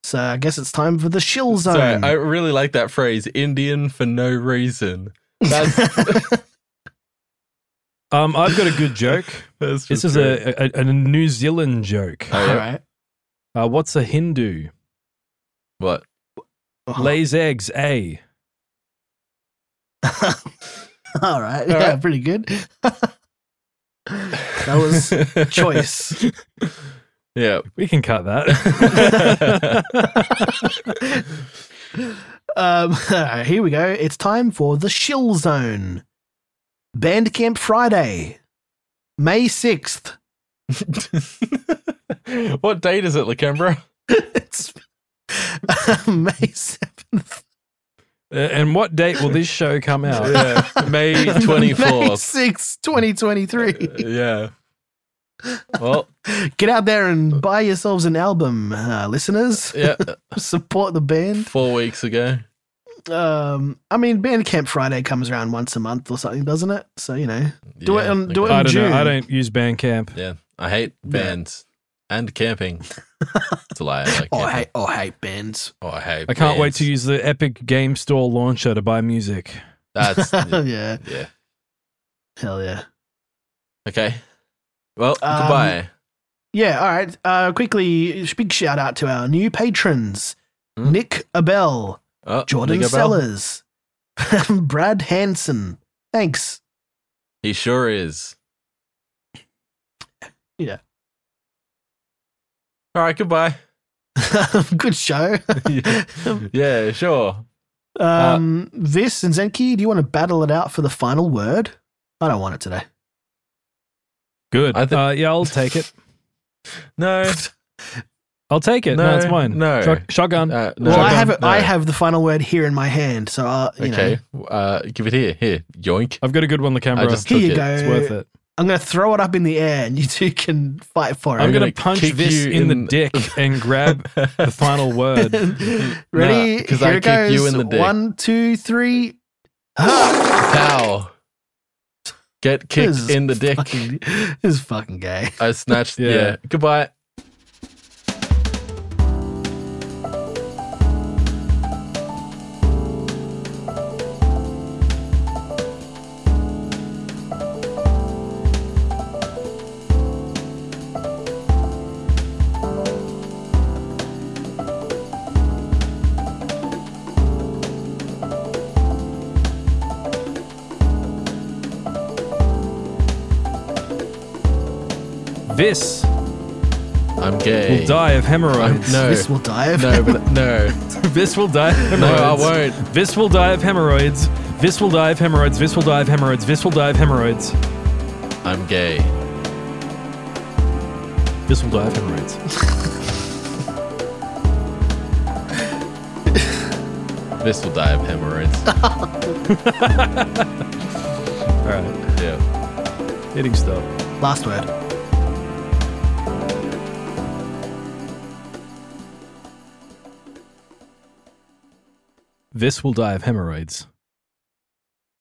So I guess it's time for the shill zone. Sorry, I really like that phrase, Indian for no reason. That's, Um, I've got a good joke. that's This just is great. a, a, a New Zealand joke. Oh, All yeah. right. Uh, what's a Hindu? What? Lays eggs, A. All right. Yeah, right. pretty good. that was choice. Yeah. We can cut that. Um, here we go. It's time for the shill zone. Bandcamp Friday, May 6th. what date is it, Lacambra? It's May 7th. Uh, and what date will this show come out? Yeah. May May 24th. 6th, 2023. yeah. Well, Get out there and buy yourselves an album, uh, listeners. yeah, Support the band. four weeks ago. Um, I mean, Bandcamp Friday comes around once a month or something, doesn't it? So you know, Do it Yeah, on- do it okay. I don't June. know. I don't use Bandcamp. Yeah, I hate bands and camping. it's a lie. I like oh, I camping. hate, oh, I hate bands. Oh, I hate. I can't wait bands. to use the Epic Game Store launcher to buy music. That's yeah. yeah, yeah. hell yeah, Okay. Well, Um, goodbye. yeah. All right, uh, quickly, sh- big shout out to our new patrons: Hmm? Nick Abell, Oh, Jordan Liga Bell. Sellers, Brad Hansen. Thanks. He sure is. Yeah. All right. Goodbye. Good show. yeah. Sure. Um, this and Zenki, do you want to battle it out for the final word? I don't want it today. Good. I thi- uh, yeah, I'll take it. No. I'll take it. No, No, it's mine. no. Shot- shotgun. Uh, no. well, I have no. it, I have the final word here in my hand, so I'll, you know. Okay. Uh, give it here. Here. Yoink. I've got a good one, the camera. I just Here took you it. go. it's worth it. I'm going to throw it up in the air and you two can fight for I'm it. gonna, gonna punch kick this you in, in- the dick and grab the final word. Ready? Nah, 'cause Here I kick it goes. you in the dick. Ah! One, two, three. Pow. Get kicked This is in the dick. Fucking, this is fucking gay. I snatched. Yeah. yeah. Goodbye. This I'm gay. will die of I'm- hemorrhoids. no, This will dive. no, but no, This will die of no, hemorrhoids. I won't. This will die of hemorrhoids. This will die of hemorrhoids. This will die of hemorrhoids. This will die of hemorrhoids. I'm gay. This will die of hemorrhoids. This will die of hemorrhoids. All right, yeah. hitting stop. Last word. This will die of hemorrhoids.